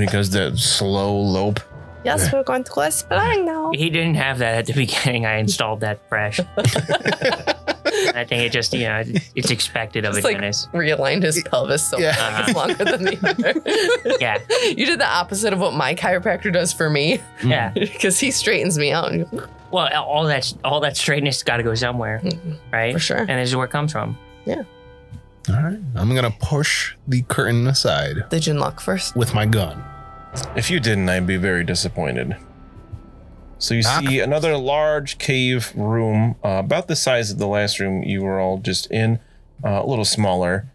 S4: he does that slow lope.
S7: Yes, we're going to go exploring now.
S2: He didn't have that at the beginning. I installed that fresh. I think it just you know it- it's expected of
S7: It's
S2: a
S7: like-
S2: Dennis.
S7: Realigned his pelvis so
S6: Yeah.
S7: much. It's longer than the other.
S2: Yeah,
S7: you did the opposite of what my chiropractor does for me
S6: Hmm.
S2: yeah.
S7: because he straightens me out and you-
S2: Well, all that all that straightness got to go somewhere, right?
S7: for sure.
S2: And this is where it comes from.
S6: All right. I'm going to push the curtain aside
S7: Did you unlock first?
S6: with my gun.
S4: If you didn't, I'd be very disappointed. So you
S6: Knock.
S4: see another large cave room, uh, about the size of the last room you were all just in, uh, a little smaller,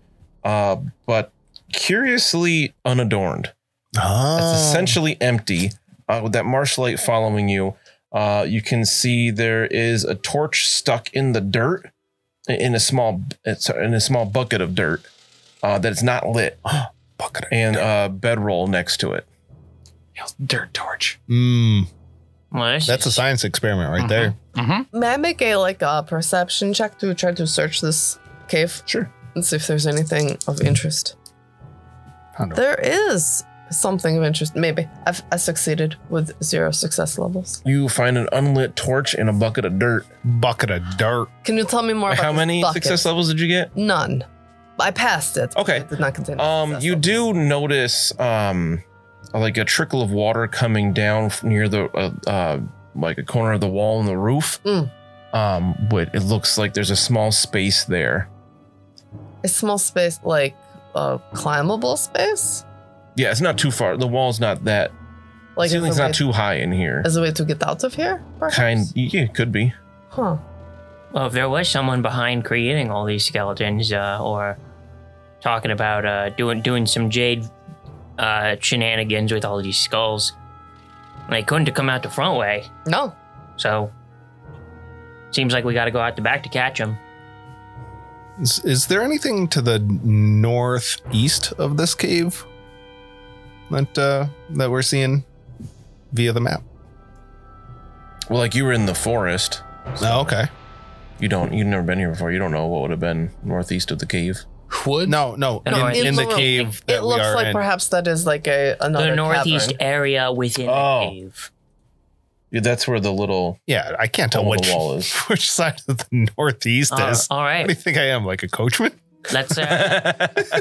S4: uh, but curiously unadorned.
S6: Oh.
S4: It's essentially empty. Uh, with that marsh light following you, uh, you can see there is a torch stuck in the dirt, in a small, it's in a small bucket of dirt uh, that is not lit,
S6: bucket.
S4: and a bedroll next to it.
S3: Dirt torch.
S6: Mm,
S2: Well, this
S6: that's a
S2: is-
S6: science experiment right there.
S3: Mm-hmm.
S7: May I make a like a perception check to try to search this cave
S4: Sure.
S7: and see if there's anything of interest?
S6: How do-
S7: There is something of interest. Maybe I've, I succeeded with zero success levels.
S4: You find an unlit torch and a bucket of dirt.
S6: Bucket of dirt.
S7: Can you tell me more? About
S4: How
S7: this
S4: many
S7: bucket?
S4: success levels did you get?
S7: None. I passed it.
S4: Okay.
S7: It did not contain. a
S4: Um,
S7: success
S4: you
S7: level.
S4: do notice um, like a trickle of water coming down f- near the uh, uh, like a corner of the wall and the roof.
S7: Mm.
S4: Um, but it looks like there's a small space there.
S7: a small space, like a climbable space,
S4: Yeah, it's not too far. The wall's not that.
S7: like
S4: Like
S7: as
S4: ceiling's
S7: a way-
S4: not too high in here.
S7: as a way to get out of here. perhaps?
S4: Kind, yeah, it could be.
S7: Huh.
S2: Well, if there was someone behind creating all these skeletons, uh, or talking about uh, doing doing some jade uh, shenanigans with all these skulls, They couldn't have come out the front way,
S7: No.
S2: so seems like we got to go out the back to catch them.
S6: Is, is there anything to the northeast of this cave that uh, that we're seeing via the map?
S4: Well, like you were in the forest.
S6: Oh, okay.
S4: You don't. You've never been here before. You don't know what would have been northeast of the cave.
S3: Would
S6: No, no,
S2: No, I
S6: in, in
S7: think- It looks-
S6: the cave
S7: It
S6: that we
S7: looks
S6: are
S7: like
S6: in.
S7: perhaps that is like a another
S2: the northeast
S7: cavern.
S2: area within
S4: Oh.
S2: the cave.
S4: Yeah, that's where the little
S6: Yeah, I can't tell
S4: hole in
S6: which
S4: the wall is.
S6: which side of the northeast
S7: Uh,
S2: All-
S6: is.
S2: Uh, all
S6: What do
S2: right,
S6: you think I am? Like a coachman?
S2: let's. Uh,
S7: ranks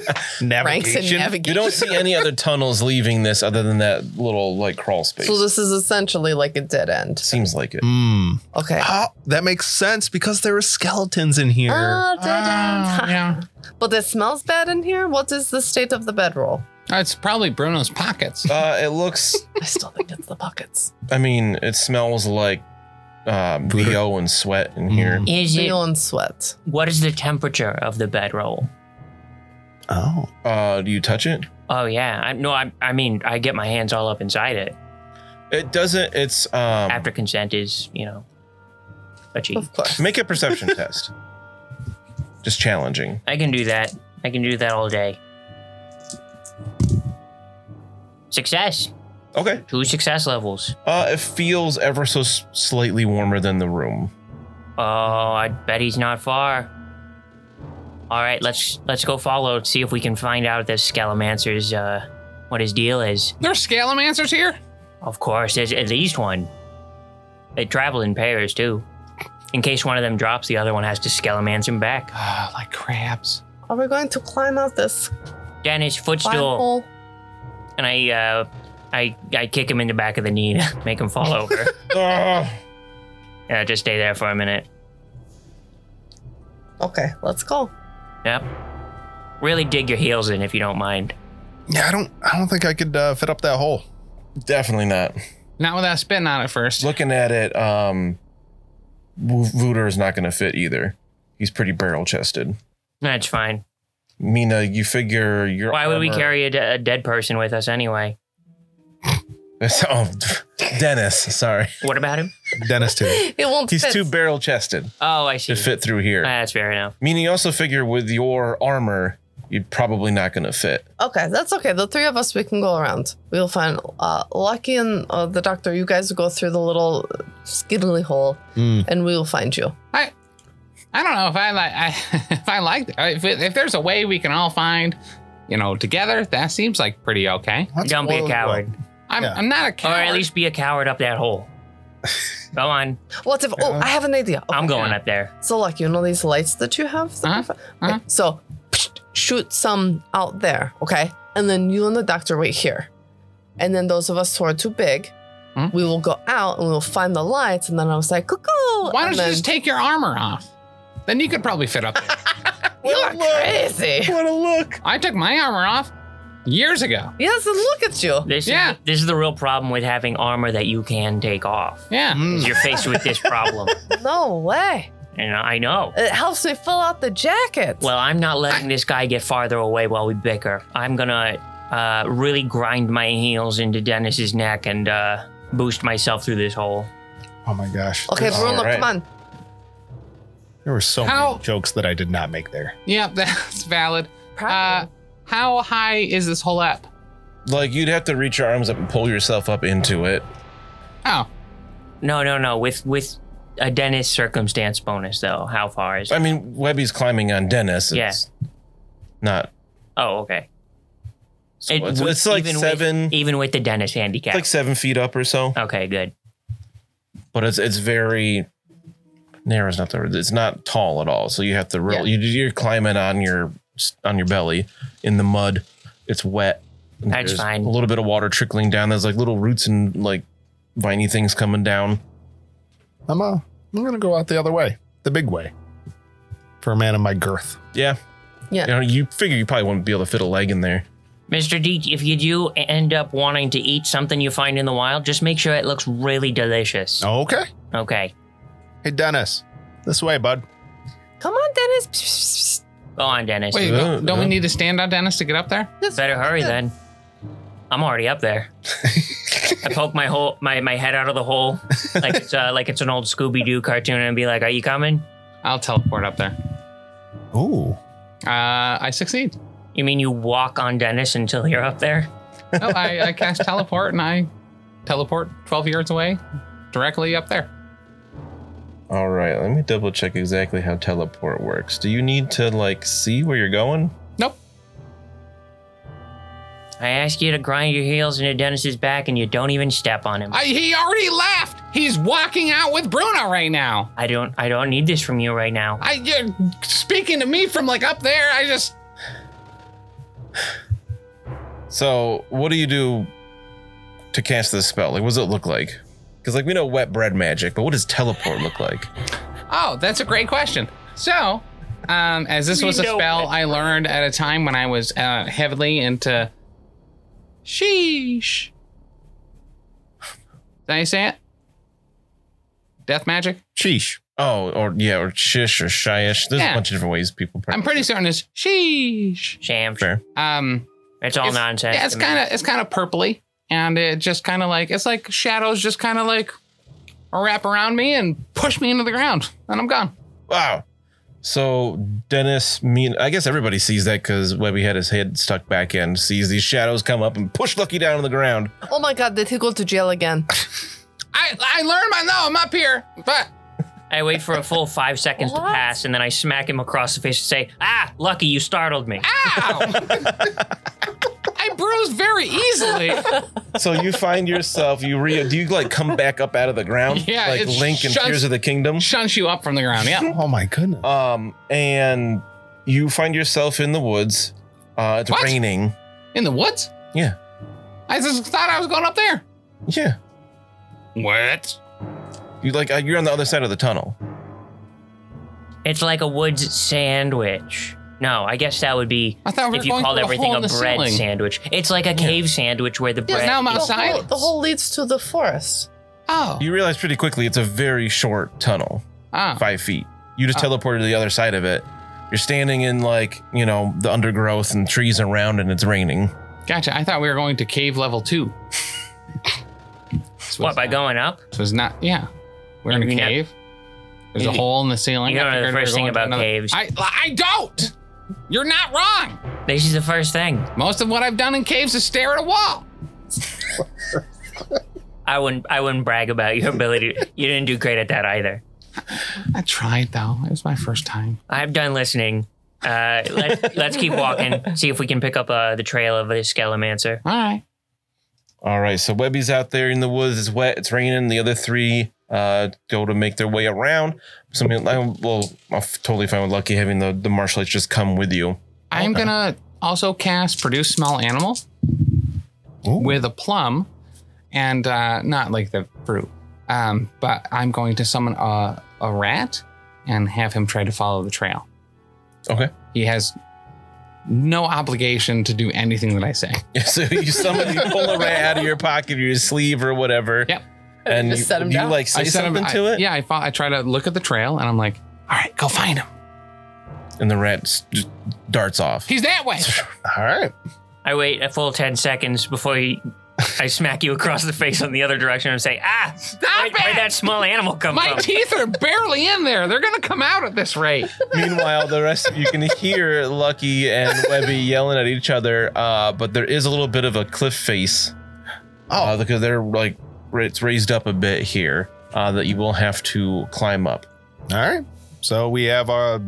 S7: and
S6: Navigation.
S7: navigation.
S4: You don't see any other tunnels leaving this other than that little like crawl space.
S7: so this is essentially like a dead end.
S4: Seems like it.
S6: Hmm.
S7: Okay.
S6: Oh, that makes sense because there were skeletons in here.
S7: Ah, dead end.
S3: Oh, yeah.
S7: But it smells bad in here. What is the state of the bedroll?
S3: It's probably Bruno's pockets.
S4: Uh, it looks.
S7: I still think it's the buckets.
S4: I mean, it smells like um,
S6: Butter.
S4: bo and sweat in here.
S6: Mm.
S2: is it?
S7: Meal and sweat.
S2: What is the temperature of the bedroll?
S6: oh,
S4: Uh, do you touch it?
S2: Oh yeah, I, no, I, I mean, I get my hands all up inside it.
S4: It doesn't. It's um.
S2: After consent is, you know, achieved.
S7: Of course.
S4: Make a perception test. Just challenging.
S2: I can do that. I can do that all day. Success.
S4: Okay.
S2: Two success levels.
S4: Uh, it feels ever so s- slightly warmer than the room.
S2: Oh, I bet he's not far. All right, let's let's go follow. See if we can find out this Scalamancer's uh, what his deal is.
S3: There's scalamancers here.
S2: Of course, there's at least one. They travel in pairs too. In case one of them drops, the other one has to Scalamancer him back.
S3: Ah, like crabs.
S7: Are we going to climb out this
S2: Dennis footstool,
S7: hole?
S2: and I, uh, I, I kick him in the back of the knee, to make him fall over.
S4: Ugh.
S2: yeah, just stay there for a minute.
S7: Okay, let's go.
S2: Yep. Really dig your heels in if you don't mind.
S6: yeah. I don't. I don't think I could uh, fit up that hole.
S4: Definitely not.
S3: Not without spitting on it first.
S4: Looking at it, um, Vo- Voodoo is not going to fit either. He's pretty barrel chested.
S2: That's fine.
S4: Mina, you figure your.
S2: Why would we
S4: armor-
S2: carry a, de- a dead person with us anyway?
S4: Oh, Dennis. Sorry,
S2: What about him?
S6: Dennis too.
S7: It won't
S4: he's
S7: fit.
S4: too barrel chested
S2: Oh, I see.
S4: to fit through
S2: Ah,
S4: here.
S2: that's fair enough.
S4: Mina, you also figure with your armor, you're probably not going to fit.
S7: okay, that's okay. The three of us, we can go around. We'll find uh, Lucky and uh, the doctor. You guys will go through the little skiddly hole,
S6: Mm.
S7: and we will find you.
S3: I don't know if I like. I, if I like. If, it- if there's a way we can all find, you know, together, that seems like pretty okay.
S6: Let's
S2: don't be
S6: go-
S2: a coward.
S3: I'm,
S6: Yeah.
S3: I'm not a coward.
S2: Or at least be a coward up that hole. Go on.
S7: What if? Oh, I have an idea. Okay.
S2: I'm going up there.
S7: So, Lucky, you know these lights that you have.
S3: Uh-huh,
S7: Okay,
S3: uh-huh.
S7: So, psh, shoot some out there, okay? And then you and the doctor wait here, and then those of us who are too big,
S3: Hmm?
S7: we will go out and we will find the lights. And then I was like, cuckoo.
S3: Why don't
S7: and
S3: you
S7: then,
S3: just take your armor off? Then you could probably fit up there.
S7: You're crazy.
S4: What a look!
S3: I took my armor off years ago.
S7: Yes, and look at you.
S2: This
S3: Yeah.
S2: is this is the real problem with having armor that you can take off.
S3: Yeah.
S6: Mm.
S2: You're faced with this problem.
S7: No way.
S2: And I know.
S7: It helps me fill out the jacket.
S2: Well, I'm not letting this guy get farther away while we bicker. I'm gonna uh, really grind my heels into Dennis's neck and uh, boost myself through this hole.
S6: Oh my gosh.
S7: okay,
S6: There's-
S7: Bruno,
S4: Alright.
S7: come on.
S6: There were so
S3: How-
S6: many jokes that I did not make there.
S3: Yep, that's valid. Uh,
S7: Proud.
S3: how high is this hole up?
S4: Like you'd have to reach your arms up and pull yourself up into it.
S3: Oh,
S2: No, no, no. With with a Dennis circumstance bonus though. How far is?
S4: I mean, Webby's climbing on Dennis. It's Not.
S2: Oh, okay.
S4: So
S2: It
S4: it's,
S2: would-
S4: it's like
S2: even with-
S4: seven.
S2: Even with the Dennis
S4: It's
S2: handicap.
S4: like seven feet up or so,
S2: okay, good.
S4: but it's it's very narrow. Is not the word. It's not tall at all. So you have to real. You, you're climbing on your on your belly in the mud. It's wet. and
S2: That's
S4: there's
S2: fine.
S4: A little bit of water trickling down. There's like little roots and like viney things coming down.
S6: I'm uh, I'm gonna go out the other way, the big way, for a man of my girth.
S4: Yeah.
S7: Yeah.
S4: You, know, you figure you probably wouldn't be able to fit a leg in there.
S2: Mr. Deet, if you do e-, end up wanting to eat something you find in the wild, just make sure it looks really delicious.
S6: Okay.
S2: Okay.
S6: Hey Dennis, this way, bud.
S7: Come on, Dennis. Psh, psh, psh.
S2: Go on, Dennis.
S3: wait,
S4: Uh,
S3: don't we
S4: uh.
S3: need to stand on Dennis to get up there?
S7: Just-
S2: Better hurry then. I'm already up there. I poke my hole, my, my head out of the hole, like it's uh, like it's an old Scooby Doo cartoon, and be like, "Are you coming?"
S3: I'll teleport up there.
S6: Ooh.
S3: Uh, I succeed.
S2: You mean you walk on Dennis until you're up there?
S3: No, I, I cast teleport and I teleport 12 yards away directly up there.
S4: All right, let me double check exactly how teleport works. Do you need to like see where you're going?
S3: Nope.
S2: I ask you to grind your heels into Dennis's back, and you don't even step on him.
S3: I, he already left. He's walking out with Bruno right now.
S2: I don't I don't need this from you right now.
S3: I you're speaking to me from like up there. I just
S4: So, what do you do to cast this spell? Like, what does it look like? Because like we know wet bread magic, but what does teleport look like?
S3: oh, that's a great question. So, um, as this was a spell I learned at a time when I was uh, heavily into sheesh. Did I say it? Death magic.
S6: Sheesh.
S4: Oh, or yeah, or shish or shyish. There's
S3: Yeah.
S4: a bunch of different ways people.
S3: I'm pretty certain it's sheesh.
S2: Sham.
S4: fair.
S3: Um,
S2: It's all nonsense.
S3: Yeah, it's
S2: to me.
S3: kind of it's kind of purpley, and it just kind of like it's like shadows just kind of like wrap around me and push me into the ground, and I'm gone.
S4: Wow. So Dennis, me, and I guess everybody sees that because Webby had his head stuck back in, sees these shadows come up and push Lucky down on the ground.
S7: Oh my god, they took go to jail again.
S3: I I learned my no, I'm up here, but
S2: I wait for a full five seconds to
S7: What?
S2: pass, and then I smack him across the face and say, "Ah, lucky you startled me."
S3: Ah! ow! I bruise very easily.
S4: So you find yourself, you re, do you like come back up out of the ground?
S3: Yeah,
S4: like
S3: it
S4: Link and
S3: shunts-
S4: Tears of the Kingdom.
S3: Shunts you up from the ground. Yeah.
S6: Oh my goodness.
S4: Um, and you find yourself in the woods. Uh, it's
S3: What?
S4: raining.
S3: In the woods?
S4: Yeah.
S3: I just thought I was going up there.
S4: Yeah.
S3: What?
S4: You like uh, you're on the other side of the tunnel.
S2: It's like a woods sandwich. No, I guess that would be
S3: I thought we were
S2: if you
S3: going
S2: called
S3: through a
S2: everything a
S3: hole in
S2: bread
S3: the ceiling.
S2: sandwich. It's like a cave sandwich where the
S3: Yes,
S2: bread.
S3: now I'm
S2: is-
S7: The
S3: outside.
S7: hole, the hole leads to the forest.
S3: Oh.
S4: You realize pretty quickly it's a very short tunnel.
S3: Ah.
S4: five feet. You just teleported to the other side of it. You're standing in like you know the undergrowth and trees around, and it's raining.
S3: Gotcha. I thought we were going to cave level two. This
S2: What
S3: was
S2: by going up?
S3: So it's not. Yeah, we're in a
S2: You know-
S3: cave. There's a
S2: You-
S3: hole in the ceiling.
S2: you
S3: I
S2: know the
S3: figured we
S2: first
S3: were
S2: thing
S3: going to
S2: about
S3: another-
S2: caves.
S3: I I don't. You're not wrong.
S2: This is the first thing.
S3: Most of what I've done in caves is stare at a wall.
S2: I wouldn't. I wouldn't brag about your ability. you didn't do great at that either.
S3: I tried though. It was my first time.
S2: I'm done listening. Uh, let, let's keep walking. See if we can pick up uh, the trail of this Skelemancer.
S3: All right.
S4: All right, so Webby's out there in the woods. It's wet. It's raining. The other three uh, go to make their way around. So I mean, I'm, well, I'm totally fine with Lucky having the the martial arts just come with you.
S3: I'm gonna also cast produce small animal
S6: Ooh.
S3: with a plum, and uh, not like the fruit. Um, but I'm going to summon a, a rat and have him try to follow the trail.
S4: Okay.
S3: He has no obligation to do anything that I say.
S4: Yeah, so you summon, you pull a rat out of your pocket, or your sleeve, or whatever.
S3: Yep.
S4: And
S7: Just
S4: you,
S7: set him
S4: you
S7: down.
S4: like say
S3: set him-
S4: something to it,
S3: Yeah, I, fo- I try to look at the trail and I'm like, all right, go find him.
S4: and the rat s- just darts off.
S3: He's that way.
S6: All right.
S2: I wait a full ten seconds before you, I smack you across the face on the other direction and say, "Ah,
S3: Stop
S2: where'd, where'd
S3: it!
S2: that small animal come
S3: My
S2: from?"
S3: teeth are barely in there. They're going to come out at this rate.
S4: Meanwhile, the rest of you can hear Lucky and Webby yelling at each other, uh, but there is a little bit of a cliff face.
S6: Oh,
S3: Oh.
S4: uh, because they're like it's raised up a bit here uh, that you will have to climb up.
S6: All right. So we have a,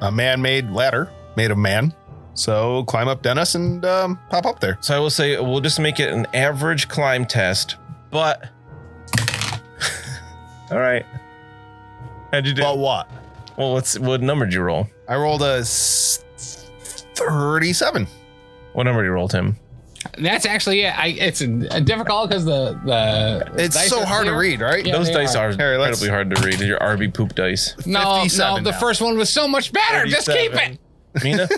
S6: a man made ladder made of man. So climb up Dennis and um, pop up there.
S4: So I will say we'll just make it an average climb test, but all right. How'd you do?
S6: But
S4: Well,
S6: what?
S4: what's what number did you roll?
S6: I rolled a s- 37.
S4: What number did you roll, Tim?
S3: That's actually it. I, it's uh, difficult because the, the.
S6: It's
S3: dice
S6: so
S3: are
S6: hard to
S3: clear.
S6: read, right?
S3: Yeah,
S4: Those
S3: they
S4: dice are,
S6: Here, let's-
S4: incredibly hard to read. Your RB poop dice.
S3: No, no,
S6: 57
S3: the
S6: now.
S3: first one was so much better. Just keep it.
S4: 37. Mina?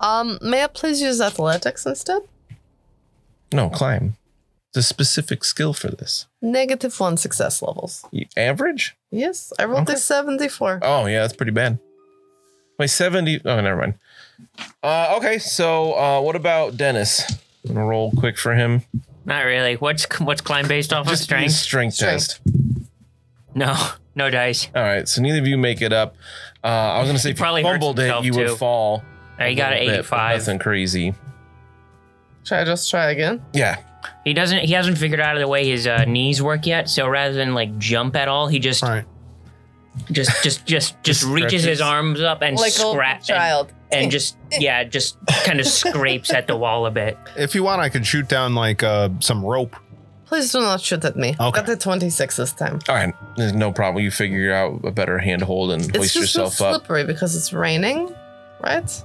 S7: Um, may I please use athletics instead?
S4: No, climb. The specific skill for this.
S7: Negative one success levels.
S4: You- average?
S7: Yes, I rolled
S4: Okay.
S7: a 74.
S4: Oh yeah, that's pretty bad. My seventy. Oh, never mind. Uh, okay, so uh, what about Dennis? I'm gonna roll quick for him.
S2: Not really. What's what's climb based off of
S4: Just strength,
S2: strength?
S4: strength
S7: Strength.
S4: test.
S2: No, no dice.
S4: All right. So neither of you make it up. Uh, I was gonna say if
S2: probably
S4: you
S2: hurts
S4: fumbled it,
S2: himself,
S4: you
S2: too.
S4: would fall.
S2: Uh, he got an
S4: a little bit, but
S2: 85.
S4: Nothing crazy.
S7: Should I just try again?
S4: Yeah.
S2: He doesn't. He hasn't figured out of the way his uh, knees work yet. So rather than like jump at all, he just
S6: All right.
S2: just just just just reaches
S4: stretches.
S2: his arms up and
S7: like a little
S2: scraps and,
S7: child.
S2: and just yeah, just kind of scrapes at the wall a bit.
S6: If you want, I could shoot down like uh, some rope.
S7: Please do not shoot at me. I
S6: Okay.
S7: got a 26 this time.
S4: All right. There's no problem. You figure out a better handhold and
S7: It's
S4: hoist
S7: just so
S4: yourself up.
S7: slippery because it's raining, right?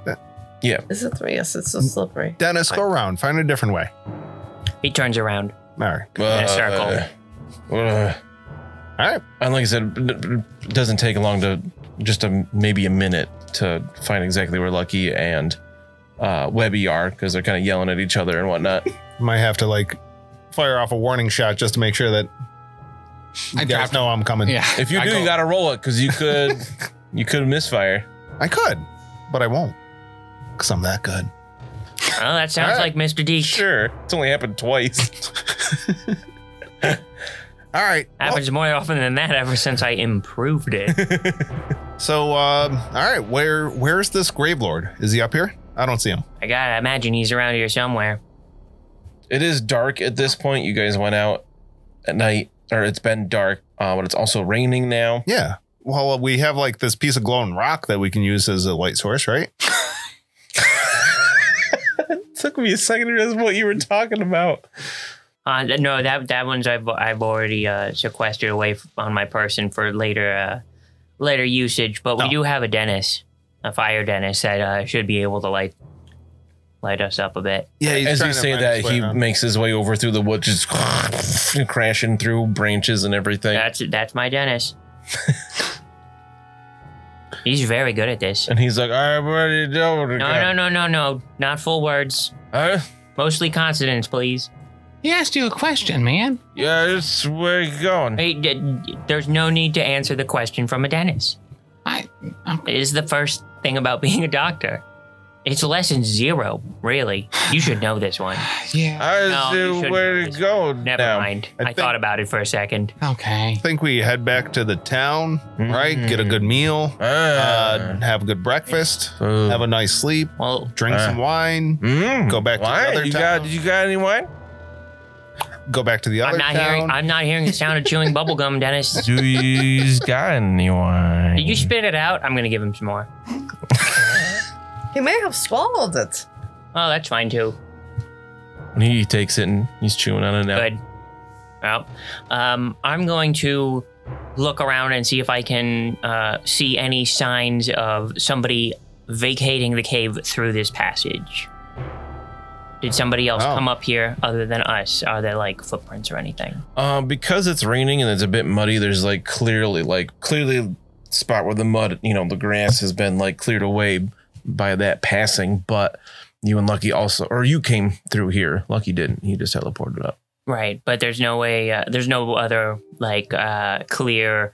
S4: Yeah.
S7: Is it three? Yes, it's so slippery.
S6: Dennis, go around. Find a different way.
S2: He turns around.
S6: All right.
S2: a
S4: circle. Uh,
S6: All right.
S4: and like I said, it doesn't take long to just a maybe a minute to find exactly where Lucky and uh, Webby are because they're kind of yelling at each other and whatnot.
S6: Might have to like fire off a warning shot just to make sure that
S3: I
S6: you guys
S3: dropped.
S6: know I'm coming.
S3: Yeah.
S4: If you
S3: I
S4: do,
S3: go-
S4: you gotta roll it because you could you could misfire.
S6: I could, but I won't because I'm that good.
S2: Oh, that sounds
S6: All
S2: like
S6: right.
S2: Mr. D.
S4: Sure, it's only happened twice.
S6: All right. Well,
S2: Happens more often than that ever since I improved it.
S6: so, um, all right. Where where's this grave lord? Is he up here? I don't see him.
S2: I gotta imagine he's around here somewhere.
S4: It is dark at this point. You guys went out at night, or it's been dark, uh, but it's also raining now.
S6: Yeah. Well, we have like this piece of glowing rock that we can use as a light source, right?
S4: It took me a second to realize what you were talking about.
S2: Uh, th- no, that that one's I've I've already uh, sequestered away f- on my person for later uh, later usage. But we
S6: Oh.
S2: do have a dentist, a fire dentist that uh, should be able to light light us up a bit.
S6: Yeah.
S4: As you say that, he makes his way over through the woods, just crashing through branches and everything.
S2: That's that's my dentist. He's very good at this.
S4: And he's like, "All right, what are you
S2: No,
S4: doing?"
S2: no, no, no, no, not full words.
S4: Huh?
S2: Mostly consonants, please.
S3: He asked you a question, man.
S4: Yeah, it's where you going?
S2: Hey, d- d- there's no need to answer the question from a dentist.
S3: I,
S2: It is the first thing about being a doctor. It's lesson zero, really. You should know this one.
S3: yeah.
S2: No, you
S4: I see
S2: shouldn't
S4: where
S2: know
S4: you
S2: this.
S4: go.
S2: Never
S4: now.
S2: mind.
S6: I
S2: I,
S6: think-
S2: thought about it for a second.
S3: Okay.
S6: I think we head back to the town, right?
S4: Mm.
S6: Get a good meal, uh,
S4: Ah.
S6: have a good breakfast,
S4: Ooh.
S6: have a nice sleep,
S2: Well,
S6: drink
S4: Uh.
S6: some wine,
S4: Mm.
S6: Go back to the
S4: Wine?
S6: other
S4: you
S6: town.
S4: Got, you got any wine?
S6: go back to the other
S2: I'm not
S6: town.
S2: hearing. I'm not hearing the sound of chewing bubble gum, Dennis.
S4: Do you got any wine?
S2: Did you spit it out? I'm gonna give him some more.
S7: He may have swallowed it.
S2: Oh, that's fine too.
S4: he takes it and he's chewing on it now.
S2: Good. Well, um, I'm going to look around and see if I can uh, see any signs of somebody vacating the cave through this passage. Did somebody else
S6: Oh.
S2: come up here other than us? Are there like footprints or anything?
S4: Uh, because it's raining and it's a bit muddy, there's like clearly, like clearly, spot where the mud, you know, the grass has been like cleared away by that passing. But you and Lucky also, or you came through here. Lucky didn't. He just teleported up.
S2: Right, but there's no way. Uh, there's no other like uh, clear.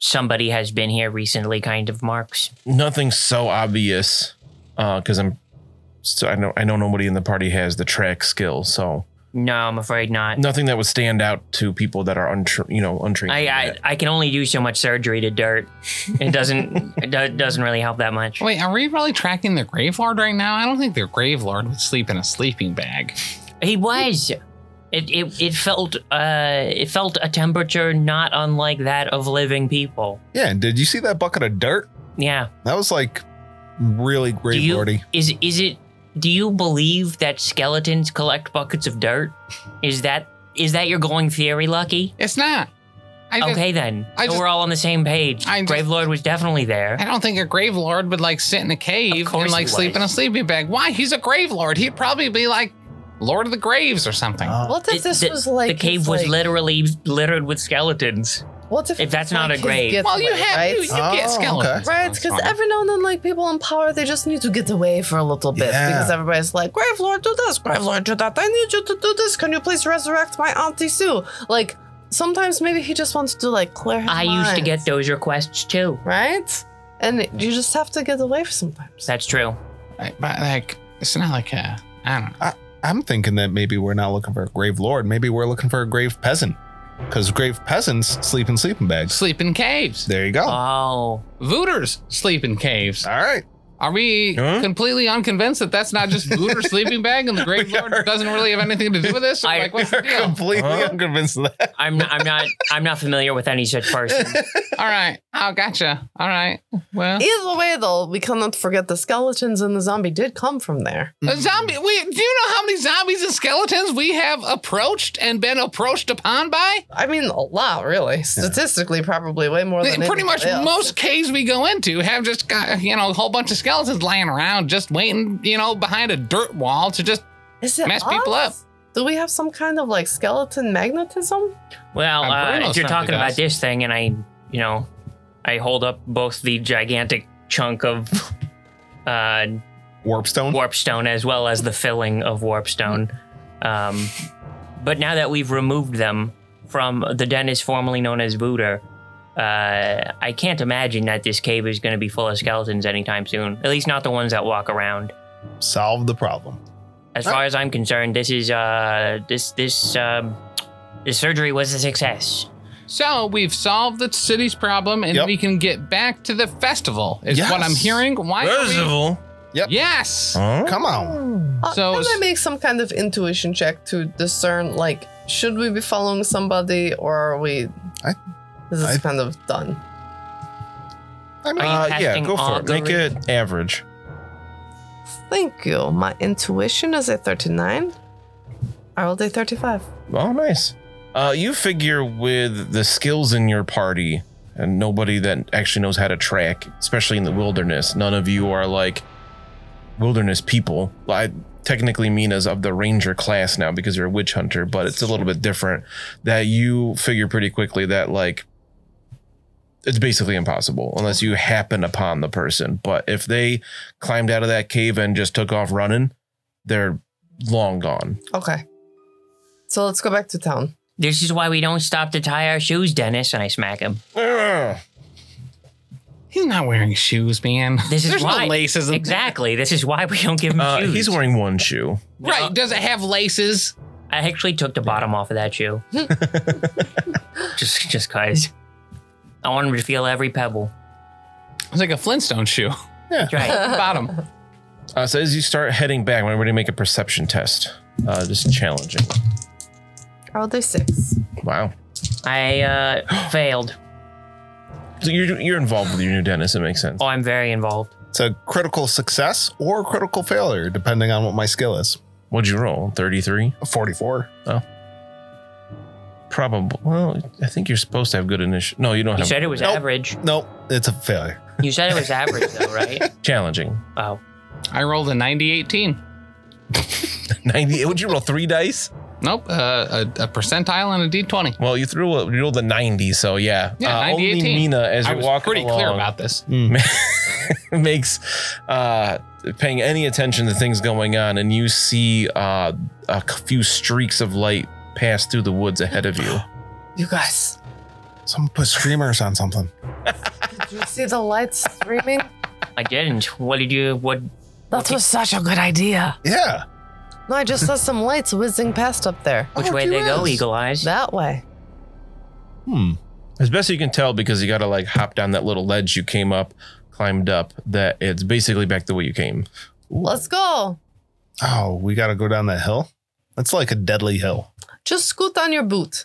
S2: Somebody has been here recently, kind of marks.
S4: Nothing so obvious, because I'm. So I know I know nobody in the party has the track skill, so
S2: No, I'm afraid not.
S4: nothing that would stand out to people that are untra- you know untrained.
S2: I,
S4: in
S2: I
S4: that.
S2: I can only do so much surgery to dirt. It doesn't it do, doesn't really help that much.
S3: Wait, are we really tracking the Grave Lord right now? I don't think the Grave Lord would sleep in a sleeping bag.
S2: He was. It, it, it felt uh it felt a temperature not unlike that of living people.
S6: Yeah. and Did you see that bucket of dirt?
S2: Yeah.
S6: That was like really great,
S2: do you
S6: Lordy.
S2: is is it do you believe that skeletons collect buckets of dirt? Is that is that your going theory, Lucky?
S3: It's not. I just,
S2: okay then.
S3: I
S2: so
S3: just-
S2: we're all on the same page.
S3: I just-
S2: Grave Lord was definitely there.
S3: I don't think a Grave Lord would like sit in a
S2: Of
S3: cave
S2: course
S3: and
S2: he
S3: like sleep
S2: would.
S3: in a sleeping bag. Why? He's a Grave Lord. He'd probably be like Lord of the Graves or something.
S4: Uh,
S7: What if
S2: It-
S7: this
S2: the,
S7: was like
S2: the cave
S7: his,
S2: was
S7: like,
S2: literally littered with skeletons.
S7: What if,
S2: if
S7: it
S2: that's
S7: was
S2: not
S7: like
S2: a
S7: his
S2: grave.
S7: getaway,
S3: well, you have
S7: right?
S3: you, you
S6: Oh, okay.
S3: get skeletons.
S7: Right,
S3: That's
S7: because
S3: fine.
S7: every now and then, like people in power, they just need to get away for a little bit
S6: Yeah.
S7: because everybody's like, "Grave Lord, do this. Grave Lord, do that. I need you to do this. Can you please resurrect my auntie Sue?" Like sometimes, maybe he just wants to like clear his
S2: I used to
S7: mind,
S2: get those requests too.
S7: right, and you just have to get away sometimes.
S2: That's true.
S3: Right, but like it's not like a I don't know.
S6: I'm thinking that maybe we're not looking for a grave lord. Maybe we're looking for a grave peasant. Because grave peasants sleep in sleeping bags.
S3: Sleep in caves.
S6: There you go. All
S2: Oh,
S3: Vooters sleep in caves.
S6: right.
S3: Are we
S4: Huh?
S3: completely unconvinced that that's not just Vooter sleeping bag and the Grave
S6: We
S3: Lord
S6: are.
S3: doesn't really have anything to do with this? Or,
S2: I-
S3: like, what's the deal?
S6: Completely
S4: Huh?
S6: unconvinced of that.
S2: I'm I'm not I'm not familiar with any such person.
S3: All right. Oh, gotcha. All right. Well,
S7: Either way, though, we cannot forget the skeletons and the zombie did come from there.
S3: a zombie. We, do you know how many zombies and skeletons we have approached and been approached upon by?
S7: I mean, a lot, really. Statistically, probably way more than
S3: Pretty much
S7: anybody else.
S3: most caves we go into have just got, you know, a whole bunch of skeletons lying around just waiting, you know, behind a dirt wall to just.
S7: Is it
S3: mess people up.
S7: us? Do we have some kind of like skeleton magnetism?
S2: Well,
S3: I'm pretty
S2: uh,
S3: much
S2: if you're
S3: done with
S2: talking about
S3: us.
S2: this thing, and I, you know, I hold up both the gigantic chunk of uh,
S6: Warpstone.
S2: warp stone as well as the filling of warp stone. Um, but now that we've removed them from the den is formerly known as Vooter, uh, I can't imagine that this cave is going to be full of skeletons anytime soon. At least not the ones that walk around.
S6: Solve the problem.
S2: As far as I'm concerned, this is uh, this this um, this surgery was a success.
S3: So we've solved the city's problem and
S6: Yep.
S3: we can get back to the festival, is what I'm
S6: Yes.
S3: hearing. Why? are we-
S4: First of all,
S3: Yes.
S4: huh?
S6: Come on.
S7: Uh,
S3: So
S7: can
S3: s-
S7: I make some kind of intuition check to discern like should we be following somebody or are we?
S6: I-
S7: this is
S6: I-
S7: kind of done.
S6: I mean,
S2: Are you
S4: Uh, yeah,
S2: casting
S4: go for
S2: on
S4: it.
S2: the
S4: Make
S2: re-
S4: it average.
S7: Thank you. My intuition is a thirty-nine. I rolled a thirty-five.
S4: Oh, nice. Uh, you figure with the skills in your party and nobody that actually knows how to track, especially in the wilderness, none of you are like wilderness people. I technically mean as of the ranger class now because you're a witch hunter, but it's a little bit different that you figure pretty quickly that like it's basically impossible unless you happen upon the person. But if they climbed out of that cave and just took off running, they're long gone.
S7: Okay. So let's go back to town.
S2: This is why we don't stop to tie our shoes, Dennis. And I smack him.
S4: Ugh.
S3: He's not wearing shoes, man.
S2: This is
S3: There's
S2: why
S3: no laces. in-
S2: Exactly. This is why we don't give him
S4: Uh,
S2: shoes.
S4: he's wearing one shoe.
S3: Right. Does it have laces?
S2: I actually took the bottom off of that shoe. just, just cause. I want him to feel every pebble.
S3: It's like a Flintstone shoe.
S2: That's right.
S3: Bottom.
S4: Uh, so as you start heading back, I'm ready to make a perception test. Uh, just challenging.
S7: I rolled a six.
S4: Wow.
S2: I uh, failed.
S4: So you're you're involved with your new dentist. It makes sense.
S2: Oh, I'm very involved.
S6: it's a critical success or critical failure, depending on what my skill is.
S4: What'd you roll? Thirty three.
S6: 44.
S4: Probably. Well, I think you're supposed to have good initiative. No, you don't
S2: You
S4: have
S2: said it was
S6: Nope.
S2: average.
S6: Nope, it's a failure.
S2: You said it was average, though, right?
S4: challenging.
S2: Oh,
S3: I rolled a 90 18.
S4: Ninety. Would you roll three dice?
S3: Nope. Uh, a, a percentile and a d20.
S4: Well, you threw a, you rolled a ninety. So yeah.
S3: Yeah,
S4: uh,
S3: 90,
S4: only
S3: 18.
S4: Mina as
S3: I
S4: you're
S3: was
S4: walking
S3: pretty clear
S4: along,
S3: about this.
S4: makes uh, paying any attention to things going on, and you see uh, a few streaks of light pass through the woods ahead of you.
S7: You guys,
S6: Someone put streamers on something.
S7: did you see the lights streaming?
S2: I didn't. What did you? What?
S7: That was such a good idea.
S6: Yeah.
S7: No, I just saw some lights whizzing past up there.
S2: Which
S6: Oh,
S2: way they go? Eagle eyes.
S7: That way.
S6: Hmm.
S4: As best you can tell, because you got to like hop down that little ledge you came up, climbed up, that it's basically back the way you came.
S7: Let's go.
S6: Oh, we got to go down that hill? That's like a deadly hill.
S7: Just scoot on your boot.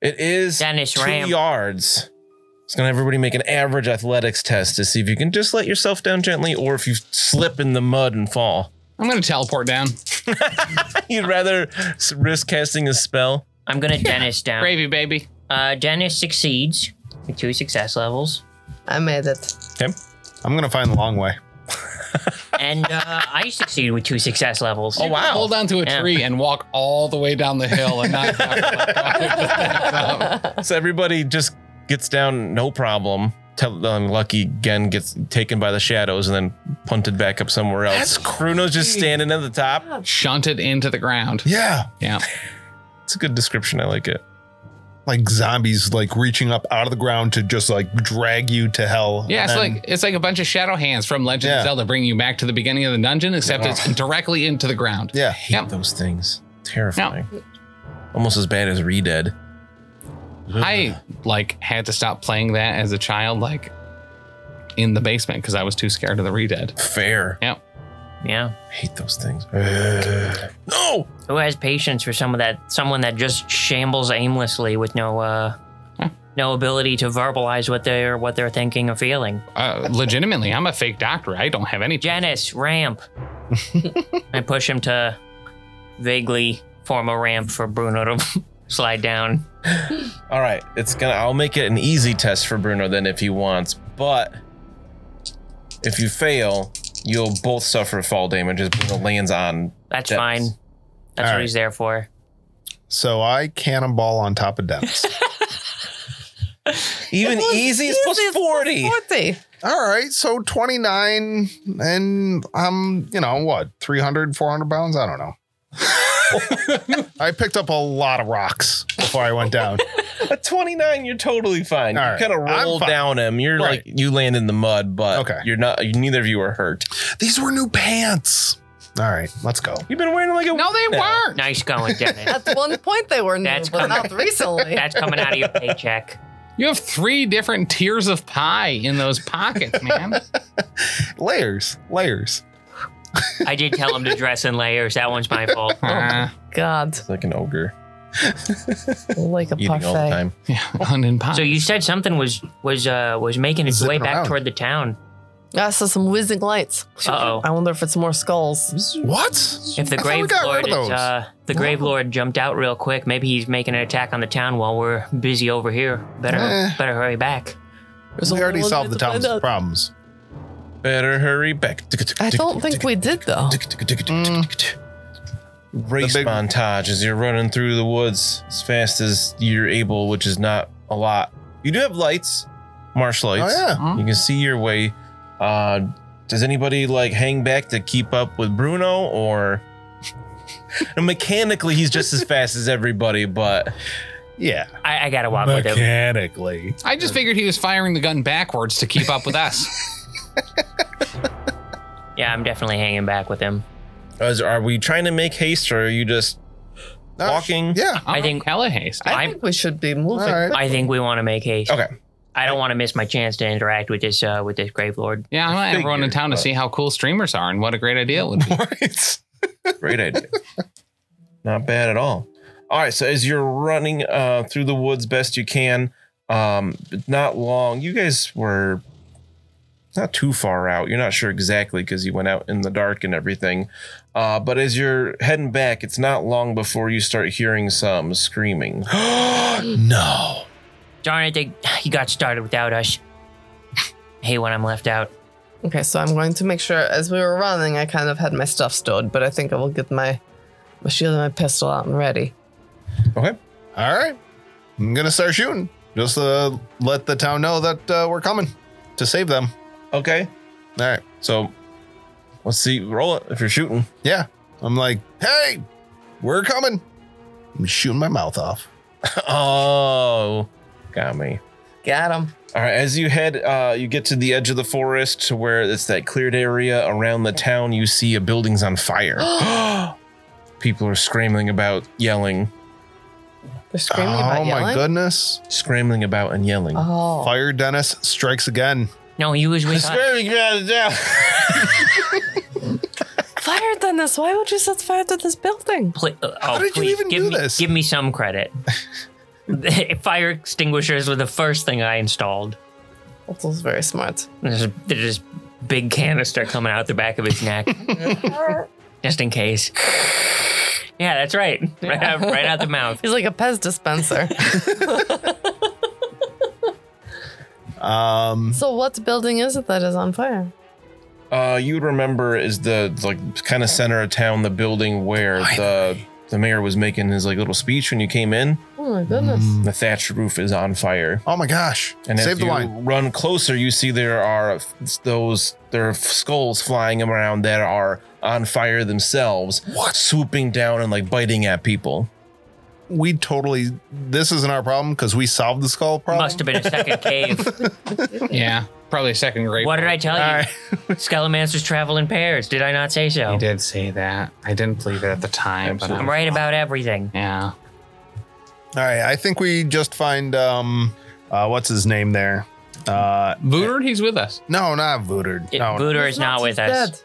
S4: It is
S2: Dennis
S4: two
S2: Ram.
S4: yards. It's gonna have everybody make an average athletics test to see if you can just let yourself down gently or if you slip in the mud and fall.
S3: I'm going to teleport down.
S4: You'd rather s- risk casting a spell.
S2: I'm gonna Dennis down.
S3: Gravy, baby.
S2: Uh, Dennis succeeds with two success levels,
S7: I made it.
S6: I'm going to find the long way.
S2: and uh, I succeed with two success levels.
S4: Oh wow.
S3: Hold on to a
S2: Yeah.
S3: tree and walk all the way down the hill and not.
S4: So everybody just gets down, no problem. Tell um, Lucky again gets taken by the shadows and then punted back up somewhere else. Kruno's just standing at the top.
S3: Shunted into the ground.
S6: Yeah.
S3: Yeah.
S4: It's a good description. I like it.
S6: like zombies like reaching up out of the ground to just like drag you to hell.
S3: Yeah, it's
S6: And-
S3: like it's like a bunch of shadow hands from Legend
S6: Yeah.
S3: of Zelda bringing you back to the beginning of the dungeon, except it's directly into the ground.
S6: yeah.
S4: hate
S3: Yep.
S4: those things. Terrifying. Almost as bad as Redead.
S3: I like had to stop playing that as a child, like in the basement because I was too scared of the redead.
S4: Fair.
S2: Yeah.
S4: Hate those things. Ugh. no.
S2: Who has patience for some of that someone that just shambles aimlessly with no uh no ability to verbalize what they're what they're thinking or feeling?
S3: Uh, legitimately, I'm a fake doctor. I don't have any.
S2: Janice, ramp. I push him to vaguely form a ramp for Bruno to slide down.
S4: All right. It's gonna. I'll make it an easy test for Bruno then if he wants. But if you fail, you'll both suffer fall damage as Bruno lands on.
S2: That's
S4: Yes.
S2: fine. That's
S6: All
S2: what
S6: right.
S2: he's there for.
S6: So I cannonball on top of Dennis.
S4: Even easy is plus
S7: Easy is plus
S4: forty.
S7: 40.
S6: All right, so 29 and I'm, you know, what, 300, 400 pounds? I don't know. I picked up a lot of rocks before I went down.
S4: At twenty nine, you're totally fine.
S6: All
S4: you
S6: right.
S4: kind of
S6: I'm
S4: roll
S6: fine.
S4: down him. You're
S6: Right.
S4: like you land in the mud, but
S6: Okay.
S4: you're not. Neither of you are hurt.
S6: These were new pants. All right, let's go.
S4: You've been wearing like a
S3: No, they
S4: No.
S3: weren't.
S2: Nice going, Dennis.
S7: At one point they were new,
S2: That's
S7: but
S2: coming.
S7: not recently.
S2: That's coming out of your paycheck.
S3: You have three different tiers of pie in those pockets, man.
S6: Layers, layers.
S2: I did tell him to dress in layers. That one's my fault.
S6: Oh,
S3: Uh,
S7: God,
S4: It's like an ogre
S7: like a
S4: eating all the
S7: parfait.
S4: time.
S3: yeah, London pie.
S2: So you said something was was uh was making its
S6: Zipping
S2: way back
S6: around.
S2: toward the town.
S7: I saw some whizzing lights.
S2: Uh-oh.
S7: I wonder if it's more skulls.
S6: What?
S2: If the
S6: I thought we
S2: grave
S6: got
S2: lord
S6: rid
S2: is,
S6: of those.
S2: uh the grave lord jumped out real quick, maybe he's making an attack on the town while we're busy over here. Better
S6: Eh.
S2: better hurry back.
S7: There's
S6: we
S7: only
S6: already
S7: one
S6: solved
S7: way
S6: the
S7: to find
S6: town's
S7: out.
S6: problems.
S4: Better hurry back.
S7: I don't think we did though.
S6: Mm.
S4: Race
S6: The big-
S4: montage as you're running through the woods as fast as you're able, which is not a lot. You do have lights, marsh
S6: Oh,
S4: lights.
S6: yeah.
S3: Hmm?
S4: You can see your way. Uh, does anybody like hang back to keep up with Bruno or? And mechanically, he's just as fast as everybody, but
S6: Yeah.
S2: I, I gotta walk with him.
S6: Mechanically.
S3: I just figured he was firing the gun backwards to keep up with us.
S2: Yeah, I'm definitely hanging back with him.
S4: as, are we trying to make haste or are you just
S6: Uh,
S4: walking?
S6: Yeah.
S3: I'm
S2: I think-
S3: hella haste.
S7: I
S2: I'm-
S7: think we should be
S6: All
S7: moving.
S6: right.
S2: I think we want to make haste.
S4: Okay.
S2: I don't want to miss my chance to interact with this uh with this grave lord.
S3: Yeah, I want everyone in
S4: Figured,
S3: town to
S4: but-
S3: see how cool streamers are and what a great idea it would be.
S6: Right.
S4: Great idea. Not bad at all. All right, so as you're running uh, through the woods best you can, um, but not long. You guys were not too far out. You're not sure exactly because you went out in the dark and everything. Uh, but as you're heading back, it's not long before you start hearing some screaming.
S6: no.
S2: Darn it, they, he got started without us. I hate when I'm left out.
S7: Okay, so I'm going to make sure as we were running, I kind of had my stuff stowed, but I think I will get my my shield and my pistol out and ready.
S4: Okay.
S6: All right. I'm going to start shooting. Just uh, let the town know that uh, we're coming to save them.
S4: Okay.
S6: All right.
S4: So let's see. Roll it if you're shooting.
S6: Yeah. I'm like, hey, we're coming. I'm shooting my mouth off.
S4: oh, got me.
S7: Got him.
S4: All right, as you head, uh, you get to the edge of the forest to where it's that cleared area around the town. You see a building's on fire. People are scrambling about, yelling,
S7: They're screaming about
S6: oh
S7: yelling.
S6: my goodness.
S4: scrambling about, and yelling.
S7: Oh,
S6: Fire Dennis strikes again.
S2: No, he was with us.
S4: Scrambling about the town.
S7: fire Dennis! Why would you set fire to this building?
S2: Pl- uh, oh,
S6: How did you
S2: please,
S6: even
S2: give
S6: do
S2: me,
S6: this?
S2: Give me some credit. Fire extinguishers were the first thing I installed.
S7: That was very smart.
S2: There's, a- there's this big canister coming out the back of his neck, just in case. Yeah, that's right. Right out, right out the mouth.
S7: He's like a Pez dispenser.
S6: Um,
S7: so what building is it that is on fire?
S4: Uh, you would remember is the like kind of center of town, the building where the the mayor was making his like little speech when you came in.
S7: Oh my goodness!
S4: The thatched roof is on fire.
S6: oh my gosh.
S4: And
S6: Save
S4: if
S6: the
S4: you
S6: wine.
S4: run closer, you see there are f- those there are f- skulls flying around that are on fire themselves,
S6: What?
S4: swooping down and like biting at people.
S6: we totally this isn't our problem because we solved the skull problem.
S2: Must have been a second cave.
S3: Yeah, probably second grade.
S2: What did I tell you?
S6: All right.
S2: Skelemancers travel in pairs. Did I not say so?
S3: He did say that. I didn't believe it at the time, but
S2: I'm right about everything.
S3: Yeah.
S6: All right. I think we just find um uh what's his name there? Uh
S3: Booter, he's with us.
S6: no, not Voodoo.
S2: It,
S6: No.
S2: Buddha is not with us.
S7: Dead.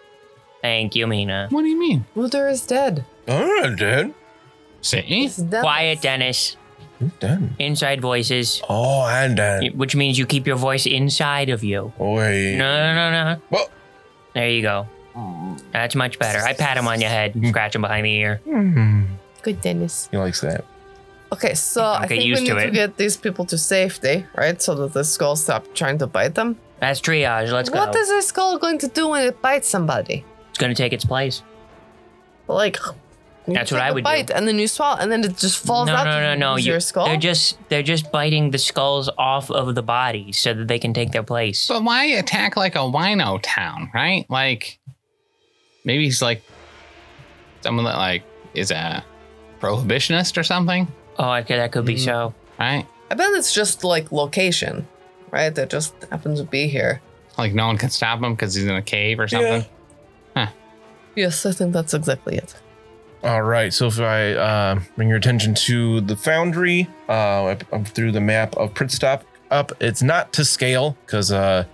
S2: Thank you, Mina.
S3: What do you mean?
S7: Luther is dead.
S4: Oh, I'm dead.
S3: See?
S7: He's dead.
S2: Quiet, Dennis.
S4: I'm done.
S2: Inside voices,
S4: Oh, I'm done.
S2: which means you keep your voice inside of you.
S4: Wait.
S2: No, no, no, no.
S4: Oh, Well-
S2: there you go. That's much better. I pat him on your head,
S4: Mm-hmm.
S2: scratch him behind the ear.
S6: Hmm.
S7: Good Dennis.
S4: He likes that.
S7: Okay, so
S2: Don't
S7: I
S2: get
S7: think we
S2: used
S7: need
S2: to
S7: to,
S2: it.
S7: get these people to safety, right? So that the skull stop trying to bite them.
S2: That's triage. Let's go.
S7: What is a skull going to do when it bites somebody?
S2: it's going to take its place.
S7: Like you
S2: That's what
S7: take
S2: I
S7: a
S2: would do.
S7: bite, and then you swallow, and then it just falls
S2: no,
S7: out.
S2: no, no,
S7: of
S2: no. You-
S7: Your skull.
S2: They're just they're just biting the skulls off of the body so that they can take their place.
S3: But why attack like a wino town, right? Like, maybe he's like someone that like is a prohibitionist or something,
S2: Oh, okay, that could be
S7: Mm.
S2: so.
S3: right?
S7: I bet it's just like location, right? That just happens to be here.
S3: Like no one can stop him because he's in a cave or something.
S7: Yes, I think that's exactly it.
S4: All right, so if I uh, bring your attention to the foundry, uh, I, I threw the map of Pritstop up. It's not to scale because uh,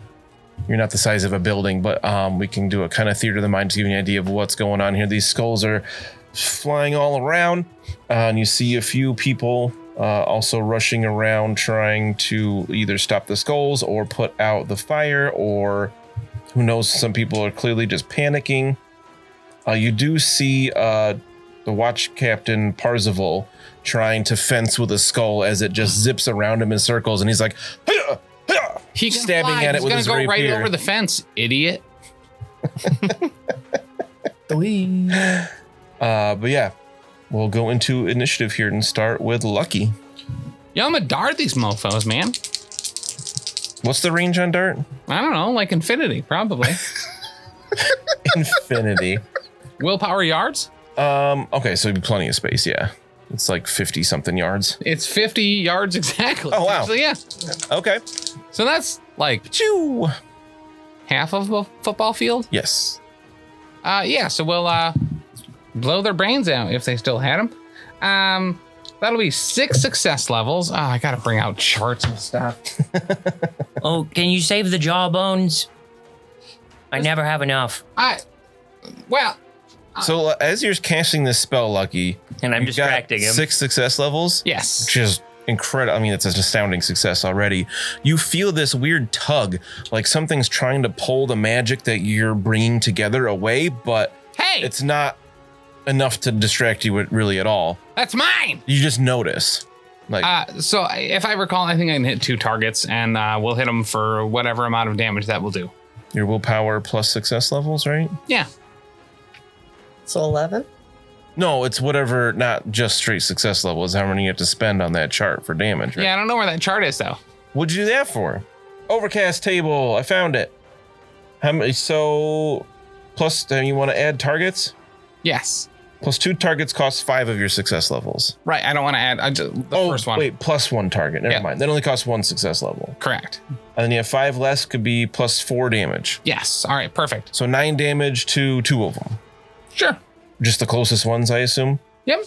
S4: you're not the size of a building, but um, we can do a kind of theater of the mind to give you an idea of what's going on here. These skulls are flying all around, uh, and you see a few people uh, also rushing around trying to either stop the skulls or put out the fire, or who knows, some people are clearly just panicking. Uh, you do see uh, the watch captain Parzival trying to fence with a skull as it just zips around him in circles, and he's like, "Hiya! Hiya!"
S3: He
S4: Stabbing at it
S3: he's
S4: with
S3: gonna
S4: his
S3: go right
S4: rapier.
S3: over the fence, idiot.
S7: Dwee.
S4: Uh, but yeah, we'll go into initiative here and start with Lucky.
S3: Yo, I'm gonna dart these mofos, man.
S4: What's the range on dart?
S3: I don't know, like infinity, probably.
S4: Infinity.
S3: Willpower yards?
S4: Um, okay, so it'd be plenty of space. Yeah, it's like fifty something yards.
S3: It's 50 yards exactly.
S4: Oh, wow.
S3: So, yeah.
S4: Okay.
S3: So that's like
S4: Choo.
S3: half of a football field.
S4: Yes.
S3: Uh, yeah. So we'll uh, blow their brains out if they still had them. Um, that'll be six success levels. Oh, I gotta bring out charts and stuff.
S2: Oh, can you save the jawbones? I never have enough,
S3: I, well,
S4: So uh, as you're casting this spell, Lucky,
S2: and I'm
S4: you got
S2: distracting him.
S4: Six success levels.
S3: yes.
S4: just incredible. I mean, it's an astounding success already. You feel this weird tug, like something's trying to pull the magic that you're bringing together away, but
S3: Hey,
S4: it's not enough to distract you with- really at all.
S3: that's mine.
S4: You just notice. Like,
S3: Uh, so I- if I recall, I think I can hit two targets, and uh, we'll hit them for whatever amount of damage that will do.
S4: your willpower plus success levels, right?
S3: Yeah.
S7: so eleven.
S4: No, it's whatever, not just straight success level, is how many you have to spend on that chart for damage, right?
S3: Yeah. I don't know where that chart is though.
S4: What'd you do that for? Overcast table. I found it. How many? So, plus, then you want to add targets?
S3: Yes.
S4: Plus two targets costs five of your success levels.
S3: Right. I don't want to add I just, the first one.
S4: Oh, wait, plus one target. Never
S3: Yeah.
S4: mind. That only costs one success level.
S3: Correct.
S4: And then you have five less, could be plus four damage.
S3: Yes. All right. Perfect.
S4: So nine damage to two of them.
S3: Sure.
S4: Just the closest ones, I assume.
S3: Yep.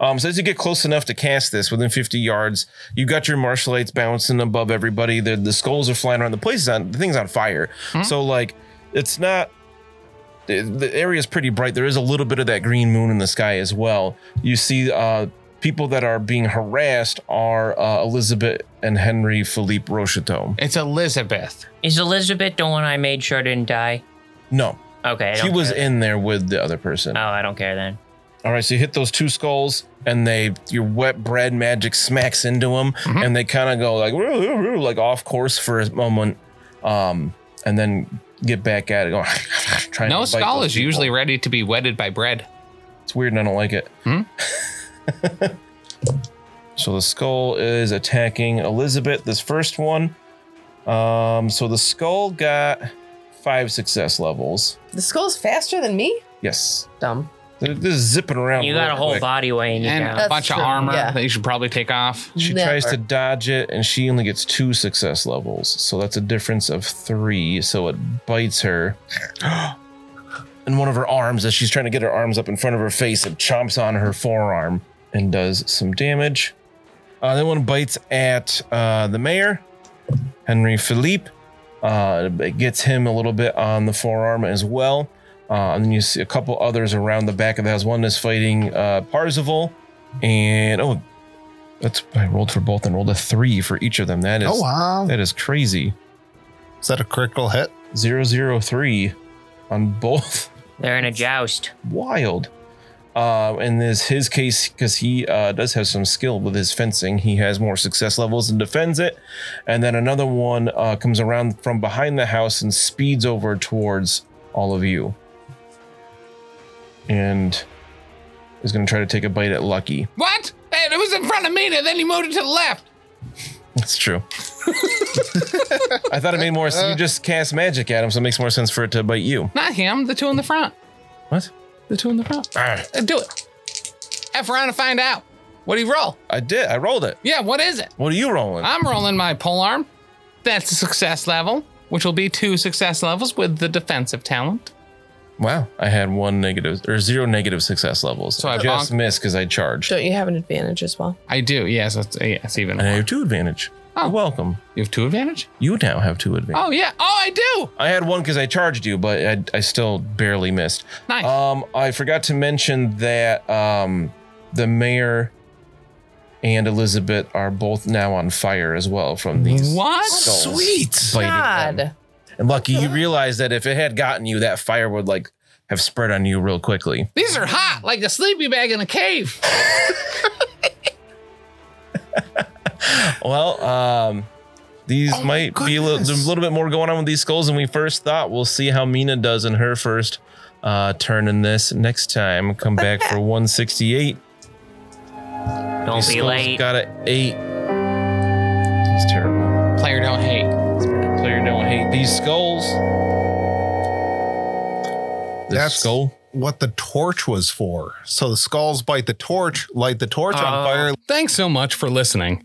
S4: Um, so as you get close enough to cast this within 50 yards, you got your martial lights bouncing above everybody. The, the skulls are flying around. The place is on the thing's on fire.
S2: Hmm?
S4: So like it's not the, the area is pretty bright. There is a little bit of that green moon in the sky as well. You see uh people that are being harassed are uh, Elizabeth and Henry Philippe Rocheteau.
S3: It's Elizabeth.
S2: Is Elizabeth the one I made sure didn't die?
S4: No,
S2: Okay, I
S4: he
S2: don't
S4: was
S2: care.
S4: in there with the other person.
S2: Oh, I don't care then.
S4: All right, so you hit those two skulls, and they your wet bread magic smacks into them,
S3: Mhm.
S4: and they kind of go like "Woo, woo, woo," like off course for a moment, um, and then get back at it. Going, trying
S3: No
S4: to bite
S3: skull
S4: those
S3: is
S4: people.
S3: usually ready to be wedded by bread.
S4: it's weird, and I don't like it.
S3: Hmm?
S4: so the skull is attacking Elizabeth. This first one, um, so the skull got five success levels.
S7: The skull's faster than me.
S4: Yes,
S7: Dumb.
S4: They're just zipping around.
S2: You got
S4: real
S2: a whole
S4: quick.
S2: body weighing you
S3: and
S2: down.
S7: That's
S3: a bunch of
S7: true,
S3: armor
S7: yeah.
S3: that you should probably take off.
S4: She
S7: Never.
S4: tries to dodge it, and she only gets two success levels, so that's a difference of three. So it bites her. in one of her arms, as she's trying to get her arms up in front of her face, it chomps on her forearm and does some damage. Uh, then one bites at uh, the mayor, Henry Philippe. Uh, it gets him a little bit on the forearm as well. Uh, and then you see a couple others around the back of the house. One is fighting uh, Parzival, and oh, that's I rolled for both and rolled a three for each of them. That is
S6: Oh wow!
S4: that is crazy.
S6: Is that a critical hit?
S4: Zero zero three on both.
S2: They're in a joust.
S4: Wild. Uh, and this his case because he uh, does have some skill with his fencing. He has more success levels and defends it. And then another one uh, comes around from behind the house and speeds over towards all of you. And is going to try to take a bite at Lucky.
S3: What? Hey, it was in front of me, and then you moved it to the left.
S4: That's true. I thought it made more sense. You just cast magic at him, so it makes more sense for it to bite you.
S3: Not him, the two in the front.
S4: What?
S3: The two in the front.
S4: Ah,
S3: Uh, Do it. F around to find out. What do you roll?
S4: I did. I rolled it.
S3: Yeah, what is it?
S4: What are you rolling?
S3: I'm rolling my pole arm. That's a success level, which will be two success levels with the defensive talent.
S4: wow. I had one negative or zero negative success levels. So
S3: I
S4: I just
S3: bonked.
S4: missed because I charged.
S7: Don't you have an advantage as well?
S3: I do. Yes, that's yes, even.
S4: And I
S3: More.
S4: have two advantage.
S3: Oh.
S4: You're welcome.
S3: You have two advantage.
S4: You now have two advantage.
S3: Oh yeah. Oh, I do.
S4: I had one because I charged you, but I, I still barely missed.
S3: Nice.
S4: Um, I forgot to mention that um, the mayor and Elizabeth are both now on fire as well from these.
S3: what?
S4: skulls
S6: Sweet.
S4: biting them.
S7: God.
S4: And lucky you realized that if it had gotten you, that fire would like have spread on you real quickly.
S3: These are hot, like a sleepy bag in a cave.
S4: Well, um, these might be a little, there's a little bit more going on with these skulls than we first thought. We'll see how Mina does in her first uh, turn in this next time. Come back for 168.
S2: Don't
S4: These
S2: be
S4: skulls
S2: late.
S4: Got an eight. It's terrible.
S3: Player don't hate.
S4: Player don't hate these skulls. This
S6: That's-
S4: skull.
S6: What the torch was for? So the skulls bite the torch, light the torch on fire.
S3: Thanks so much for listening.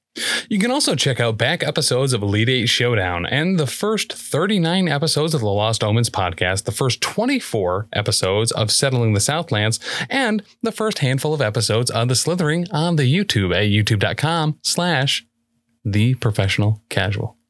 S3: You can also check out back episodes of Elite Eight Showdown and the first 39 episodes of the Lost Omens podcast, the first 24 episodes of Settling the Southlands, and the first handful of episodes of The Slithering on the YouTube at youtube.com slash the professional casual.